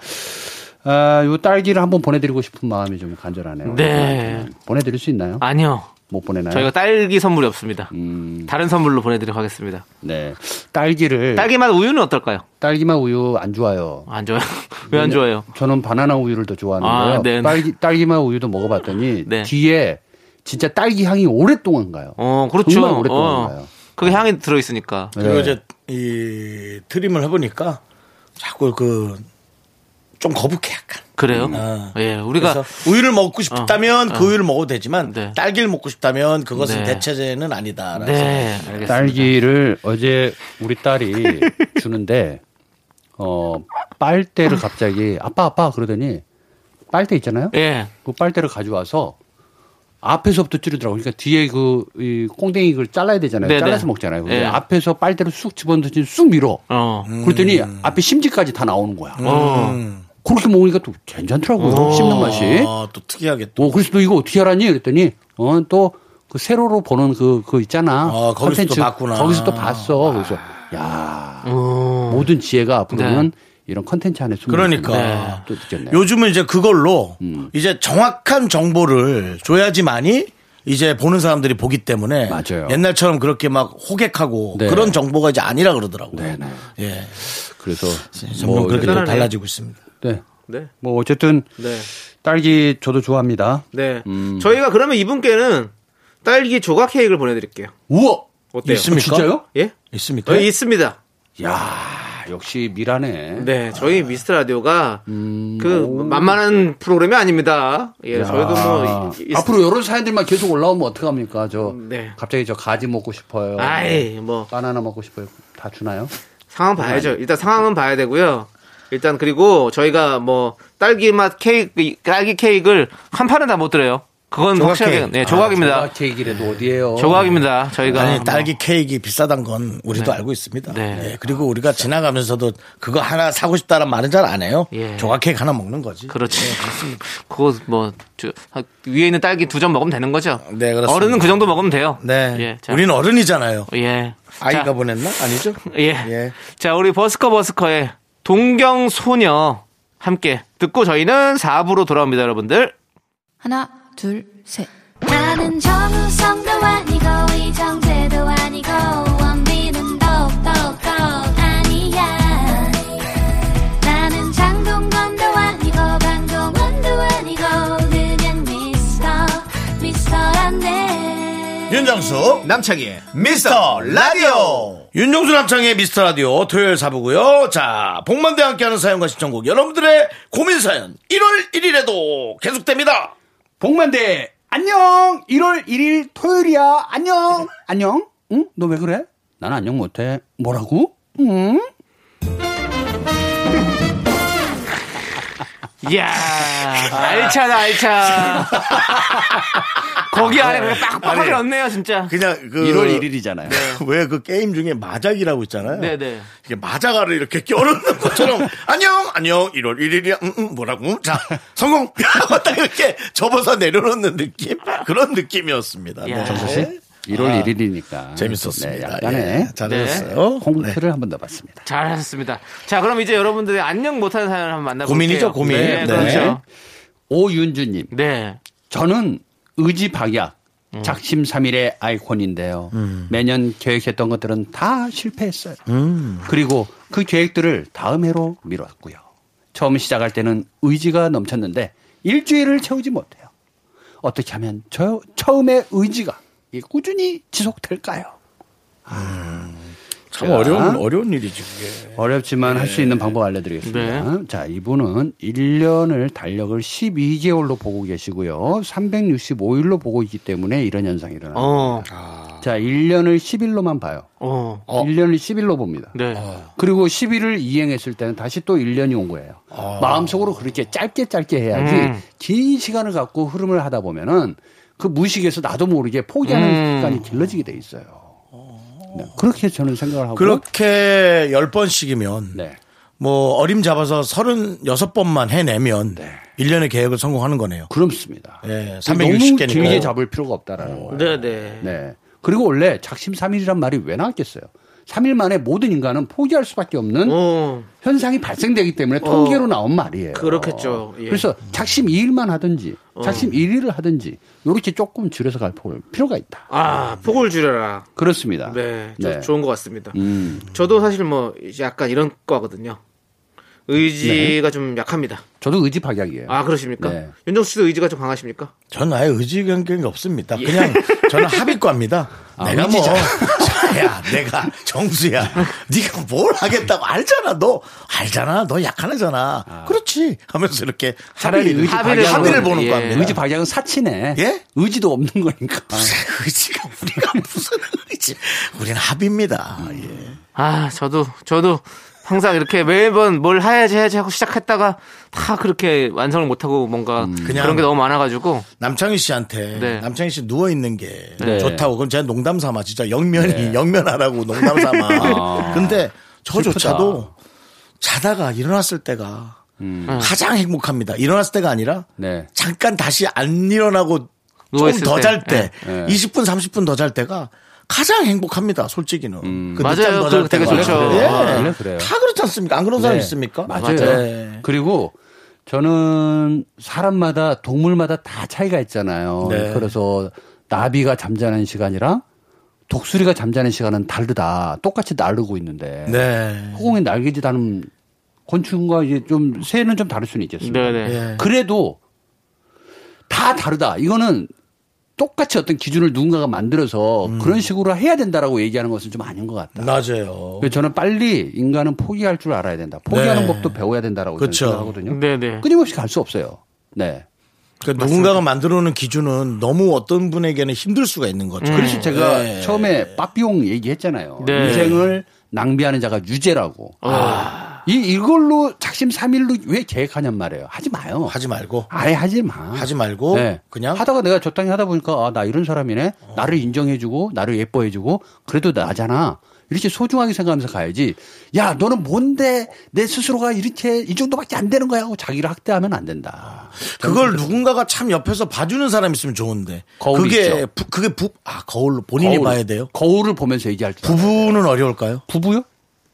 아, 요 딸기를 한번 보내드리고 싶은 마음이 좀 간절하네요.
네.
보내드릴 수 있나요?
아니요.
못 보내나요?
저희가 딸기 선물이 없습니다.
네. 음,
다른 선물로 보내드리도록 하겠습니다.
네. 딸기를
딸기 맛 우유는 어떨까요?
딸기맛 우유 안 좋아요.
안 좋아요. *laughs* 왜 안 좋아요?
저는 바나나 우유를 더 좋아하는데요.
아, 네.
딸기 딸기맛 우유도 먹어봤더니
*laughs* 네.
뒤에 진짜 딸기 향이 오랫동안 가요.
어, 그렇죠.
정말 오랫동안
어.
가요.
그게 향이 들어있으니까.
그리고
네.
이제 이 트림을 해보니까 자꾸 그 좀 거북해 약간.
그래요?
음.
아.
예, 우리가
그래서 우유를 먹고 싶다면 그 우유를 먹어도 되지만
네.
딸기를 먹고 싶다면 그것은
네.
대체제는 아니다.
네, 알겠습니다.
딸기를 어제 우리 딸이 *laughs* 주는데 어 빨대를 갑자기 아빠 아빠 그러더니 빨대 있잖아요.
예.
그 빨대를 가져와서 앞에서부터 찌르더라고. 그러니까 뒤에 그, 이 꽁댕이 그걸 잘라야 되잖아요.
네네.
잘라서 먹잖아요. 근데
예.
앞에서 빨대를 쑥 집어넣더니 쑥 밀어.
어.
그랬더니 앞에 심지까지 다 나오는 거야.
어.
음. 그렇게 먹으니까 또 괜찮더라고요. 씹는 맛이.
아, 또 특이하게 또.
어, 그래서 너 이거 어떻게 알았니? 그랬더니, 어, 또, 그 세로로 보는 그, 그 있잖아.
아, 거기서
컨텐츠.
또 봤구나. 아.
거기서 또 봤어. 그래서, 야 모든 지혜가 앞으로는 이런 컨텐츠 안에 숨어
그러니까.
있구나. 또 네. 느꼈네요. 음.
요즘은 이제 그걸로 이제 정확한 정보를 줘야지만이 이제 보는 사람들이 보기 때문에
맞아요.
옛날처럼 그렇게 막 호객하고
네.
그런 정보가 이제 아니라 그러더라고요.
네네. 뭐
예.
그래서
점점 그렇게 또
대단하네요.
달라지고 있습니다.
네.
네.
뭐 어쨌든
네.
딸기 저도 좋아합니다.
네.
음.
저희가 그러면 이분께는 딸기 조각 케이크를 보내드릴게요.
우와.
어때요?
있습니까?
진짜요?
예?
있습니까?
어, 있습니다.
야, 역시 미라네.
네, 저희 미스터 라디오가
음,
그 만만한 프로그램이 아닙니다. 예, 저희도 뭐
아,
이- 이-
앞으로 이런 사연들만 계속 올라오면 어떡합니까? 저
네.
갑자기 저 가지 먹고 싶어요. 네.
아이, 뭐.
바나나 먹고 싶어요. 다 주나요?
상황
네.
봐야죠. 일단 상황은 봐야 되고요. 일단 그리고 저희가 뭐 딸기 맛 케이크, 이 딸기 케이크를 한 판은 다 못 드려요. 그건 확실하게
케이크. 아,
네, 조각입니다.
조각 케이크라도 어디에요?
조각, 입니다 저희가
아니
뭐-
딸기 케이크 비싸단 건 우리도 알고 있습니다.
네.
예, 그리고 우리가 지나가면서도 그거 하나 사고 싶다는 말은 잘 안 해요.
예.
조각 케이크 하나 먹는 거지.
그렇지. 그렇죠. *laughs* 그거 뭐 저, 위에 있는 딸기 두 점 먹으면 되는 거죠.
네, 그렇습니다.
어른은 그 정도 먹으면 돼요.
네.
예. 자,
우리는 어른이잖아요.
예.
아이가
자,
보냈나? 아니죠?
예.
예.
자, 우리 버스커 버스커의 동경 소녀 함께 듣고 저희는 4부로 돌아옵니다, 여러분들.
하나, 둘, 셋.
나는 정우성도 아니고 이정재도 아니고 원빈은 더욱더 아니야 나는 장동건도 아니고 방종원도 아니고 그냥 미스터 미스터란데
윤정수 남창희의 미스터 라디오 윤정수 남창희의 미스터 라디오 토요일 사부고요 자 복만대 함께하는 사연과 신청곡 여러분들의 고민 사연 1월 1일에도 계속됩니다
복만대 안녕. 1월 1일 토요일이야. 안녕. 안녕. 응? 너 왜 그래? 난 안녕 못해. 뭐라고? 응?
이야,
아. *laughs*
알차다, 알차. 거기 안에 그냥 빡빡하게 넣네요, 진짜.
그냥 그
1월
*laughs*
1일이잖아요.
네.
왜 그 게임 중에 마작이라고 있잖아요
네네.
이게 마자가를 이렇게 끼워넣는 *laughs* 것처럼 안녕 안녕 1월 1일이야 음, 음, 뭐라고 자 성공 *laughs* 딱 이렇게 접어서 내려놓는 느낌 그런 느낌이었습니다
야.
정수 씨
1월 1일이니까.
재밌었습니다
네, 약간의
예, 잘하셨어요
네.
홍트를 한번 넣어봤습니다.
잘하셨습니다. 자, 그럼 이제 여러분들의 안녕 못하는 사연을 한번 만나볼게요.
고민이죠, 고민. 네.
네, 그렇죠.
오윤주님.
네.
저는 의지 박약 작심 삼일의 아이콘인데요. 매년 계획했던 것들은 다 실패했어요. 그리고 그 계획들을 다음 해로 미뤘고요. 처음 시작할 때는 의지가 넘쳤는데 일주일을 채우지 못해요. 어떻게 하면 저 처음에 의지가 이 꾸준히 지속될까요?
참 어려운 어려운 일이지 그게.
어렵지만 할 수 있는 방법 알려드리겠습니다. 자, 이분은 1년을 달력을 12개월로 보고 계시고요. 365일로 보고 있기 때문에 이런 현상이 일어나요.
어,
자, 1년을 10일로만 봐요.
어,
1년을 10일로 봅니다.
네.
어.
그리고 10일을 이행했을 때는 다시 또 1년이 온 거예요. 마음속으로 그렇게 짧게 짧게 해야지 긴 시간을 갖고 흐름을 하다 보면은 그 무식에서 나도 모르게 포기하는 습관이 길러지게 돼 있어요. 네, 그렇게 저는 생각을 하고
음. 그렇게 열 번씩이면
네.
뭐 어림 잡아서 36번만 해내면
네.
일 1년의 계획을 성공하는 거네요.
그렇습니다.
예,
너무
360개니까.
길게 잡을 필요가 없다라는 거예요.
네, 네.
네. 그리고 원래 작심 삼일이란 말이 왜 나왔겠어요? 삼일 만에 모든 인간은 포기할 수밖에 없는
어,
현상이 발생되기 때문에 통계로 나온 말이에요.
그렇겠죠. 예. 어.
그래서 작심 이일만 하든지 작심 일일을 하든지 이렇게 조금 줄여서 갈 필요가 있다.
아, 폭을 줄여라.
그렇습니다.
네, 저-
음. 네.
좋은 것 같습니다.
음,
저도 사실 뭐 이제 약간 이런 거거든요. 의지가 좀 약합니다.
저도 의지 박약이에요.
아 그러십니까?
네.
윤정수 씨도 의지가 좀 강하십니까?
전 아예 의지 경쟁이 없습니다. 그냥
*laughs*
저는 합의과입니다.
예. 아,
내가 뭐, *laughs*
의지자.
야, 내가 정수야, 네가 뭘 하겠다고 알잖아. 너 알잖아. 너 약한 애잖아. 그렇지. 하면서 이렇게
차라리
합의를,
의지
합의를,
방향으로.
합의를 보는
예.
겁니다.
의지 박약은 사치네.
예? 아,
의지도 없는 거니까.
*laughs* 의지가 우리가 무슨 의지? 우리는 합의입니다.
음.
예.
아 저도 저도 항상 이렇게 매번 뭘 해야지 해야지 하고 시작했다가 다 그렇게 완성을 못하고 뭔가
음.
그냥-
그런 게 너무 많아가지고
남창희 씨한테
네.
남창희 씨 누워 있는 게
네.
좋다고 그럼 제가 농담 삼아 진짜 영면이
네.
영면하라고 농담 삼아.
*laughs*
아.
근데 저조차도 자다가 일어났을 때가
음.
네. 가장 행복합니다. 일어났을 때가 아니라
네.
잠깐 다시 안 일어나고 좀
누워있을
더
때.
잘 때,
네.
20분 30분 더 잘 때가 가장 행복합니다. 솔직히는 그
음. 맞아요.
늦잠 더잘
그거 되게
때가.
좋죠.
예.
아, 원래 그래요.
다 그렇지 않습니까? 안 그런 사람
네.
있습니까?
맞아요.
네.
그리고 저는 사람마다 동물마다 다 차이가 있잖아요.
네.
그래서 나비가 잠자는 시간이랑 독수리가 잠자는 시간은 다르다. 똑같이 날르고 있는데
네.
허공에 날개짓 하는 곤충과 이제 좀 새는 좀 다를 수는 있겠습니다.
네네
예.
그래도 다 다르다. 이거는 똑같이 어떤 기준을 누군가가 만들어서
음.
그런 식으로 해야 된다라고 얘기하는 것은 좀 아닌 것 같다.
맞아요.
그래서 저는 빨리 인간은 포기할 줄 알아야 된다.
네.
포기하는
그렇죠.
법도 배워야 된다라고 저는
그쵸.
생각하거든요.
네네
끊임없이 갈 수 없어요. 네.
그러니까 누군가가 만들어놓은 기준은 너무 어떤 분에게는 힘들 수가 있는 거죠.
음. 그래서 제가
네.
처음에 빠삐용 얘기했잖아요.
예.
네.
그렇죠.
어.
인생을 낭비하는 자가 유죄라고. 아. 이 이걸로 작심 삼일로 왜 계획하냔 말이에요. 하지 마요.
하지 말고
아예 하지 마.
하지 말고
네.
그냥
하다가 내가 적당히 하다 보니까 아, 나 이런 사람이네. 나를 인정해주고 나를 예뻐해주고 그래도 나잖아. 이렇게 소중하게 생각하면서 가야지. 야, 너는 뭔데 내 스스로가 이렇게 이 정도밖에 안 되는 거야 하고 자기를 학대하면 안 된다.
그걸 누군가가 참 옆에서 봐주는 사람 있으면 좋은데
거울이
그게
있죠.
부, 그게 부, 아 거울로 본인이 봐야 돼요.
거울을 보면서 얘기할 줄. 알아요.
부부는 어려울까요?
부부요?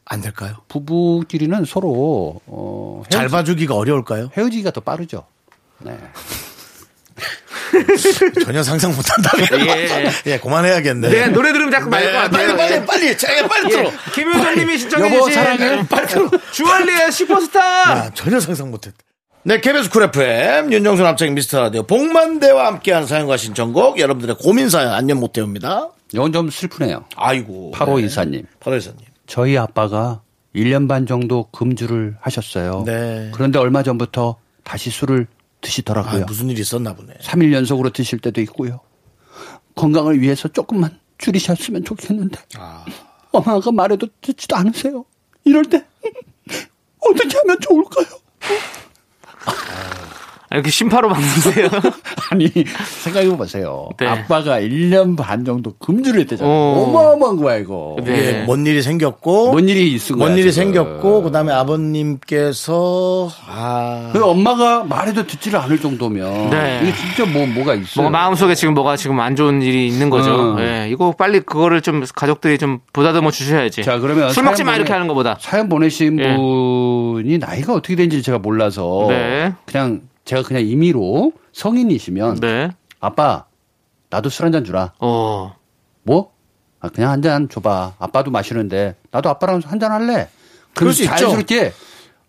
안 될까요?
부부끼리는 서로 어, 헤어지,
잘 봐주기가 어려울까요?
헤어지기가 더 빠르죠. 네.
전혀 상상 못한다.
예.
예, 그만해야겠네.
내가 노래 들으면 자꾸 말것
네,
같아요.
빨리
예.
빨리 빨리 자기가 빨리 들어.
김효정님이
여보,
신청해주신 네,
사랑해.
빨리 들어.
주얼리의 슈퍼스타
아, 전혀 상상 못했다.
네, KBS 쿨 FM 윤정수 남창 미스터 라디오 복만대와 함께한 사연과 신청곡 여러분들의 고민 사연 안녕 못 태웁니다.
이건 좀 슬프네요.
아이고.
8호 이사님.
바로 이사님.
저희 아빠가 1년 반 정도 금주를 하셨어요.
네.
그런데 얼마 전부터 다시 술을
아,
드시더라고요.
무슨 일이 있었나 보네.
3일 연속으로 드실 때도 있고요. 건강을 위해서 조금만 줄이셨으면 좋겠는데.
아,
엄마가 말해도 듣지도 않으세요. 이럴 때 *laughs* 어떻게 하면 좋을까요?
아, 이렇게 심파로
*laughs*
만드세요.
아니 생각해 보세요.
네.
아빠가 1년 반 정도 금주를 했대잖아요.
어.
어마어마한 거야 이거.
네.
예, 뭔 일이 생겼고
뭔 일이 있은 거야.
뭔 일이
지금.
생겼고 그다음에 아버님께서 아
그 엄마가 말해도 듣지를 않을 정도면
네.
이게 진짜 뭐 뭐가 있어요.
뭔가 마음속에 지금 뭐가 지금 안 좋은 일이 있는 거죠.
음.
예, 이거 빨리 그거를 좀 가족들이 좀 보다듬어 주셔야지.
자, 그러면
술 먹지 마
사연분의-
이렇게 하는 것보다.
사연 보내신
예.
분이 나이가 어떻게 되는지 제가 몰라서
네.
그냥 제가 그냥 임의로 성인이시면
네.
아빠 나도 술 한 잔 주라.
어.
뭐? 아, 그냥 한 잔 줘봐. 아빠도 마시는데 나도 아빠랑 한 잔 할래.
그럴
그럼
수 있죠.
자연스럽게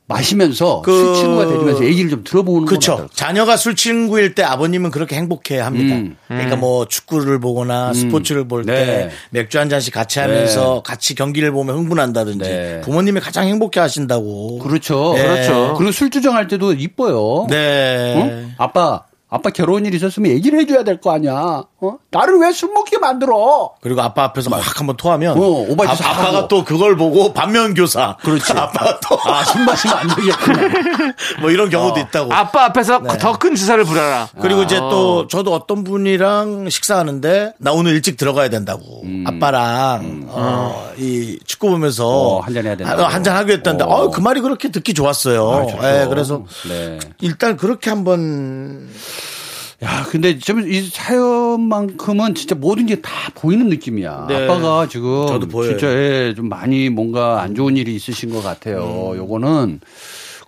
마시면서
그-
술 친구가 되면서 얘기를 좀 들어보는 거
그렇죠. 자녀가 술 친구일 때 아버님은 그렇게 행복해 합니다.
음.
그러니까 뭐 축구를 보거나 스포츠를 볼 때
네.
맥주 한 잔씩 같이 하면서 같이 경기를 보면 흥분한다든지
네.
부모님이 가장 행복해 하신다고.
그렇죠.
네.
그렇죠.
그리고 술 주정할 때도 이뻐요.
네.
응? 어? 아빠, 아빠 결혼일 있었으면 얘기를 해줘야 될 거 아니야. 어? 나를 왜 술 먹게 만들어?
그리고 아빠 앞에서 막 한번 토하면
어, 오바이트
아,
사고.
빠가또 그걸 보고 반면 교사.
그렇지.
*laughs* 아빠가 또
아, 술 어. 마시면 안 *laughs* 되겠구나.
*laughs* 뭐 이런 경우도 있다고.
아빠 앞에서 더 큰 주사를 부려라.
그리고 이제
아.
또 저도 어떤 분이랑 식사하는데 나 오늘 일찍 들어가야 된다고 아빠랑 어, 이 축구 보면서
음.
아,
어, 한잔 해야 된다고.
한잔 하기로 했다는데
어. 아,
어, 그 말이 그렇게 듣기 좋았어요.
좋죠.
예, 그래서
네.
일단 그렇게 한번
야, 근데 좀 이 사연만큼은 진짜 모든 게 다 보이는 느낌이야.
네.
아빠가 지금
저도 보여요.
진짜 예, 좀 많이 뭔가 안 좋은 일이 있으신 것 같아요. 요거는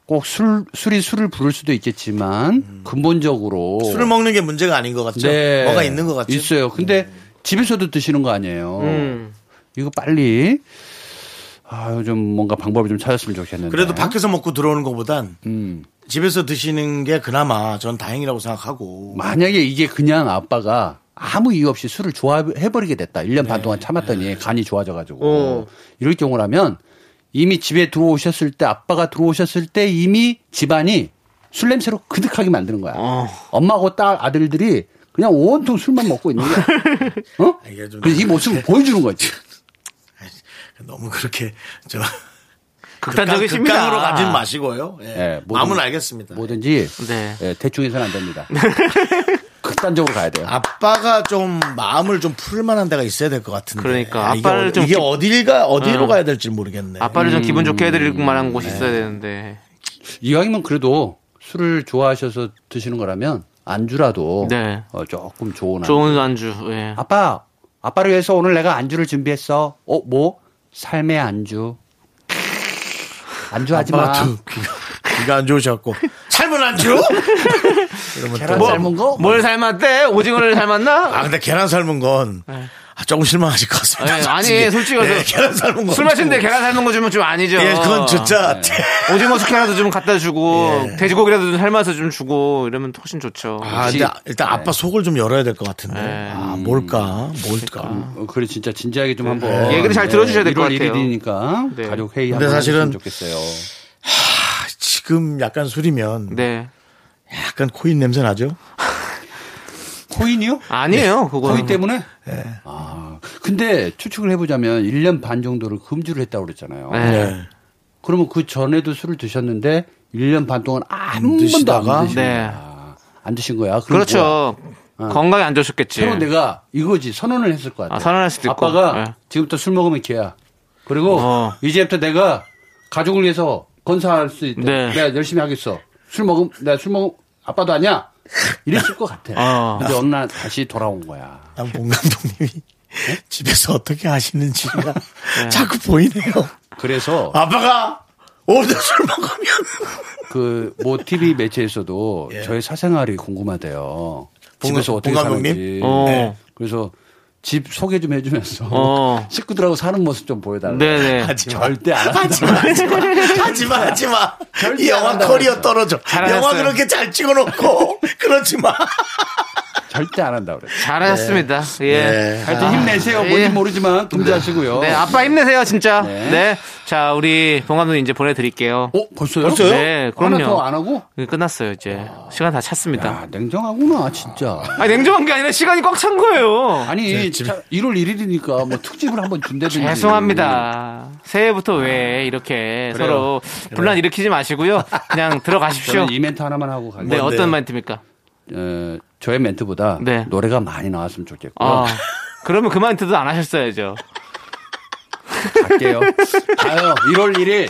꼭 술 술이 술을 부를 수도 있겠지만 근본적으로
술을 먹는 게 문제가 아닌 것 같죠.
어. 네.
뭐가 있는 것 같죠. 음.
있어요. 근데 집에서도 드시는 거 아니에요. 이거 빨리 아, 요즘 뭔가 방법을 좀 찾았으면 좋겠는데.
그래도 밖에서 먹고 들어오는 것보단
네. 음.
집에서 드시는 게 그나마 전 다행이라고 생각하고
만약에 이게 그냥 아빠가 아무 이유 없이 술을 좋아해버리게 됐다.
네.
1년 반 동안 참았더니 간이 좋아져가지고.
어.
이럴 경우라면 이미 집에 들어오셨을 때 아빠가 들어오셨을 때 이미 집안이 술 냄새로 그득하게 만드는 거야.
어.
엄마하고 딸 아들들이 그냥 온통 술만 먹고
*laughs*
있는 거야. 어?
아, 이게 좀-
그래서 이 모습을 보여주는 거지.
너무 그렇게 저
극단적이십니다.
극강으로 가진 마시고요. 예.
예, 뭐든-
마음은 알겠습니다.
뭐든지
네.
예, 대충 해서는 안 됩니다. *laughs* 극단적으로 가야 돼요.
아빠가 좀 마음을 좀 풀 만한 데가 있어야 될 것 같은데.
그러니까
아, 이게,
아빠를
어-
좀
이게
기-
어딜가 어디로
어.
가야 될지 모르겠네.
아빠를 좀 기분 좋게 해드릴 만한 곳이 있어야 되는데.
이왕이면 그래도 술을 좋아하셔서 드시는 거라면 안주라도
네.
어, 조금 좋은 안주.
좋은 안주. 예.
아빠, 아빠를 위해서 오늘 내가 안주를 준비했어. 어, 뭐? 삶의 안주. 안주하지 마.
아빠가 좀 귀가, 귀가 안 좋으셨고 *laughs* 삶은 안 줘. 이러면 또
계란
뭐-
삶은 거?
뭘 삶았대? 오징어를 삶았나?
*laughs* 아 근데 계란 삶은 건 아, 조금 실망하실 것 같습니다.
네, 아니,
솔직히.
솔직히
네,
그래서
계란 삶은 거.
술 마시는데 네. 계란 삶은 거 주면 좀 아니죠.
예, 그건 진짜
오징어 숙회라도 좀 갖다 주고 돼지고기라도 좀 삶아서 좀 주고 이러면 훨씬 좋죠.
아, 근데 일단 아빠 속을 좀 열어야 될 것 같은데.
네. 음. 그러니까.
아, 뭘까? 뭘까?
어, 그래 진짜 진지하게 좀 한번
얘기를 잘 들어주셔야 될것 같아요.
1일이니까
네.
가족 회의
근데
한번
사실은
사실은 좋겠어요.
아, 지금 약간 술이면
네.
약간 코인 냄새 나죠?
코인이요?
아니에요. 그거.
코인 때문에?
예.
아, 근데 추측을 해보자면 1년 반 정도를 금주를 했다고 그랬잖아요.
네.
예.
그러면 그 전에도 술을 드셨는데 1년 반 동안 한 번도 안
드시다가?
드신
네.
거야. 안 드신 거야. 그럼 뭐야?
그렇죠. 건강에 안 좋으셨겠지.
새로 내가 이거지 선언을 했을 것 같아.
아, 선언할 수도 있고.
아빠가
예.
지금부터 술 먹으면 걔야. 그리고
어.
이제부터 내가 가족을 위해서 건사할 수 있다.
네.
내가 열심히 하겠어. 술 먹음, 내가 술 먹음, 아빠도 아니야. 이랬을 것 같아.
어.
근데 어느 날 다시 돌아온 거야.
난 봉 감독님이 집에서 어떻게 하시는지가 자꾸 어? *laughs* 보이네요.
그래서
아빠가 오늘 술 먹으면
그 뭐
아.
TV 매체에서도
예.
저의 사생활이 궁금하대요.
봉-
집에서 어떻게
봉 감독님?
사는지.
어.
네.
그래서 집 소개 좀 해주면서
어.
*laughs* 식구들하고 사는 모습 좀 보여달라.
*laughs*
네네.
하지 마.
절대 안
*laughs*
한다.
하지 마, 하지 마, 하지 마, 하지 마.
절대
이
안
영화
한다고
커리어
했어요.
떨어져.
잘하셨어요.
영화 그렇게 잘 찍어놓고 *laughs* 그러지 마.
절대 안 한다 그랬어.
잘하셨습니다. 예.
네.
하여튼 힘내세요.
예.
뭔지 모르지만 금지하시고요.
네, 아빠 힘내세요, 진짜.
네.
네. 자, 우리 봉감독님 이제 보내드릴게요.
어, 벌써요?
벌써요? 네, 그럼요.
하나 더 안 하고?
이제 끝났어요, 이제. 시간 다 찼습니다.
야, 냉정하구나, 진짜.
아, 냉정한 게 아니라 시간이 꽉 찬 거예요.
아니, 자, 1월 1일이니까 뭐 특집을 한번 준다든지. 음.
죄송합니다. 새해부터
아.
왜 이렇게 서로 분란 일으키지 마시고요. 그냥 들어가십시오.
네. 저는 이 멘트 하나만 하고 가요.
네, 어떤 멘트입니까?
어, 저의 멘트보다
네.
노래가 많이 나왔으면 좋겠고요.
아, 그러면 그 멘트도 안 하셨어야죠.
갈게요. 가요. 1월 1일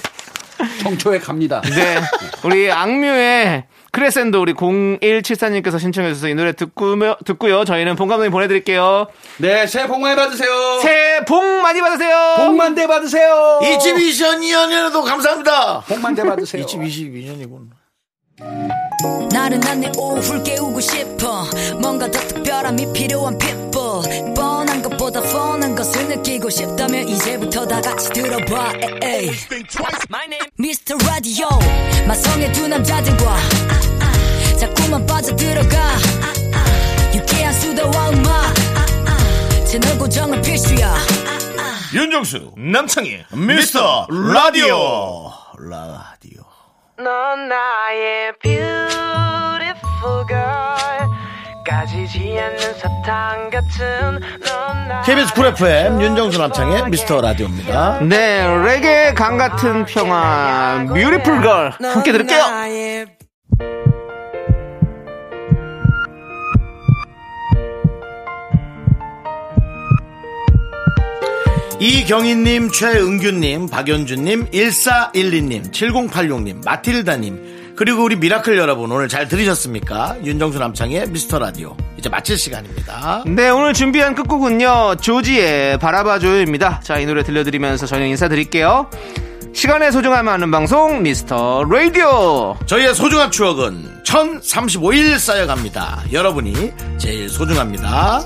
청초에 갑니다.
네. 우리 악뮤의 크레센도 우리 0174님께서 신청해주셔서 이 노래 듣고요. 듣고요. 저희는 봉감독님 보내드릴게요.
네, 새해 복 많이 받으세요. 음.
새해 복 많이 받으세요.
복만대 받으세요.
네. 이 집 22년이라도 감사합니다.
복만대 받으세요.
22년이군.
나른한 내 오후를 깨우고 싶어 뭔가 더 특별함이 필요한 people 뻔한 것보다 나보다 뻔한 것을 느끼고 싶다면 이제부터 다 같이 들어봐 에이. 미스터 라디오 마성의 두 남자들과 자꾸만 빠져들어가 유쾌한 수다와 음악 채널 고정은 필수야
윤정수 남창희 미스터 라디오 라디오
넌 나의 beautiful girl 까지지 않는 사탕 같은 넌 나의
KBS 쿨 FM 윤정수 남창의 미스터 라디오입니다.
네, 레게 강 같은 평화, 뮤리풀 걸. 함께 들을게요.
이경인님, 최은규님, 박연준님, 1412님, 7086님, 마틸다님, 그리고 우리 미라클 여러분 오늘 잘 들으셨습니까? 윤정수 남창의 미스터 라디오. 이제 마칠 시간입니다.
네, 오늘 준비한 끝곡은요, 조지의 바라봐줘요입니다. 자, 이 노래 들려드리면서 저는 인사드릴게요. 시간의 소중함 아는 방송, 미스터 라디오.
저희의 소중한 추억은 1035일 쌓여갑니다. 여러분이 제일 소중합니다.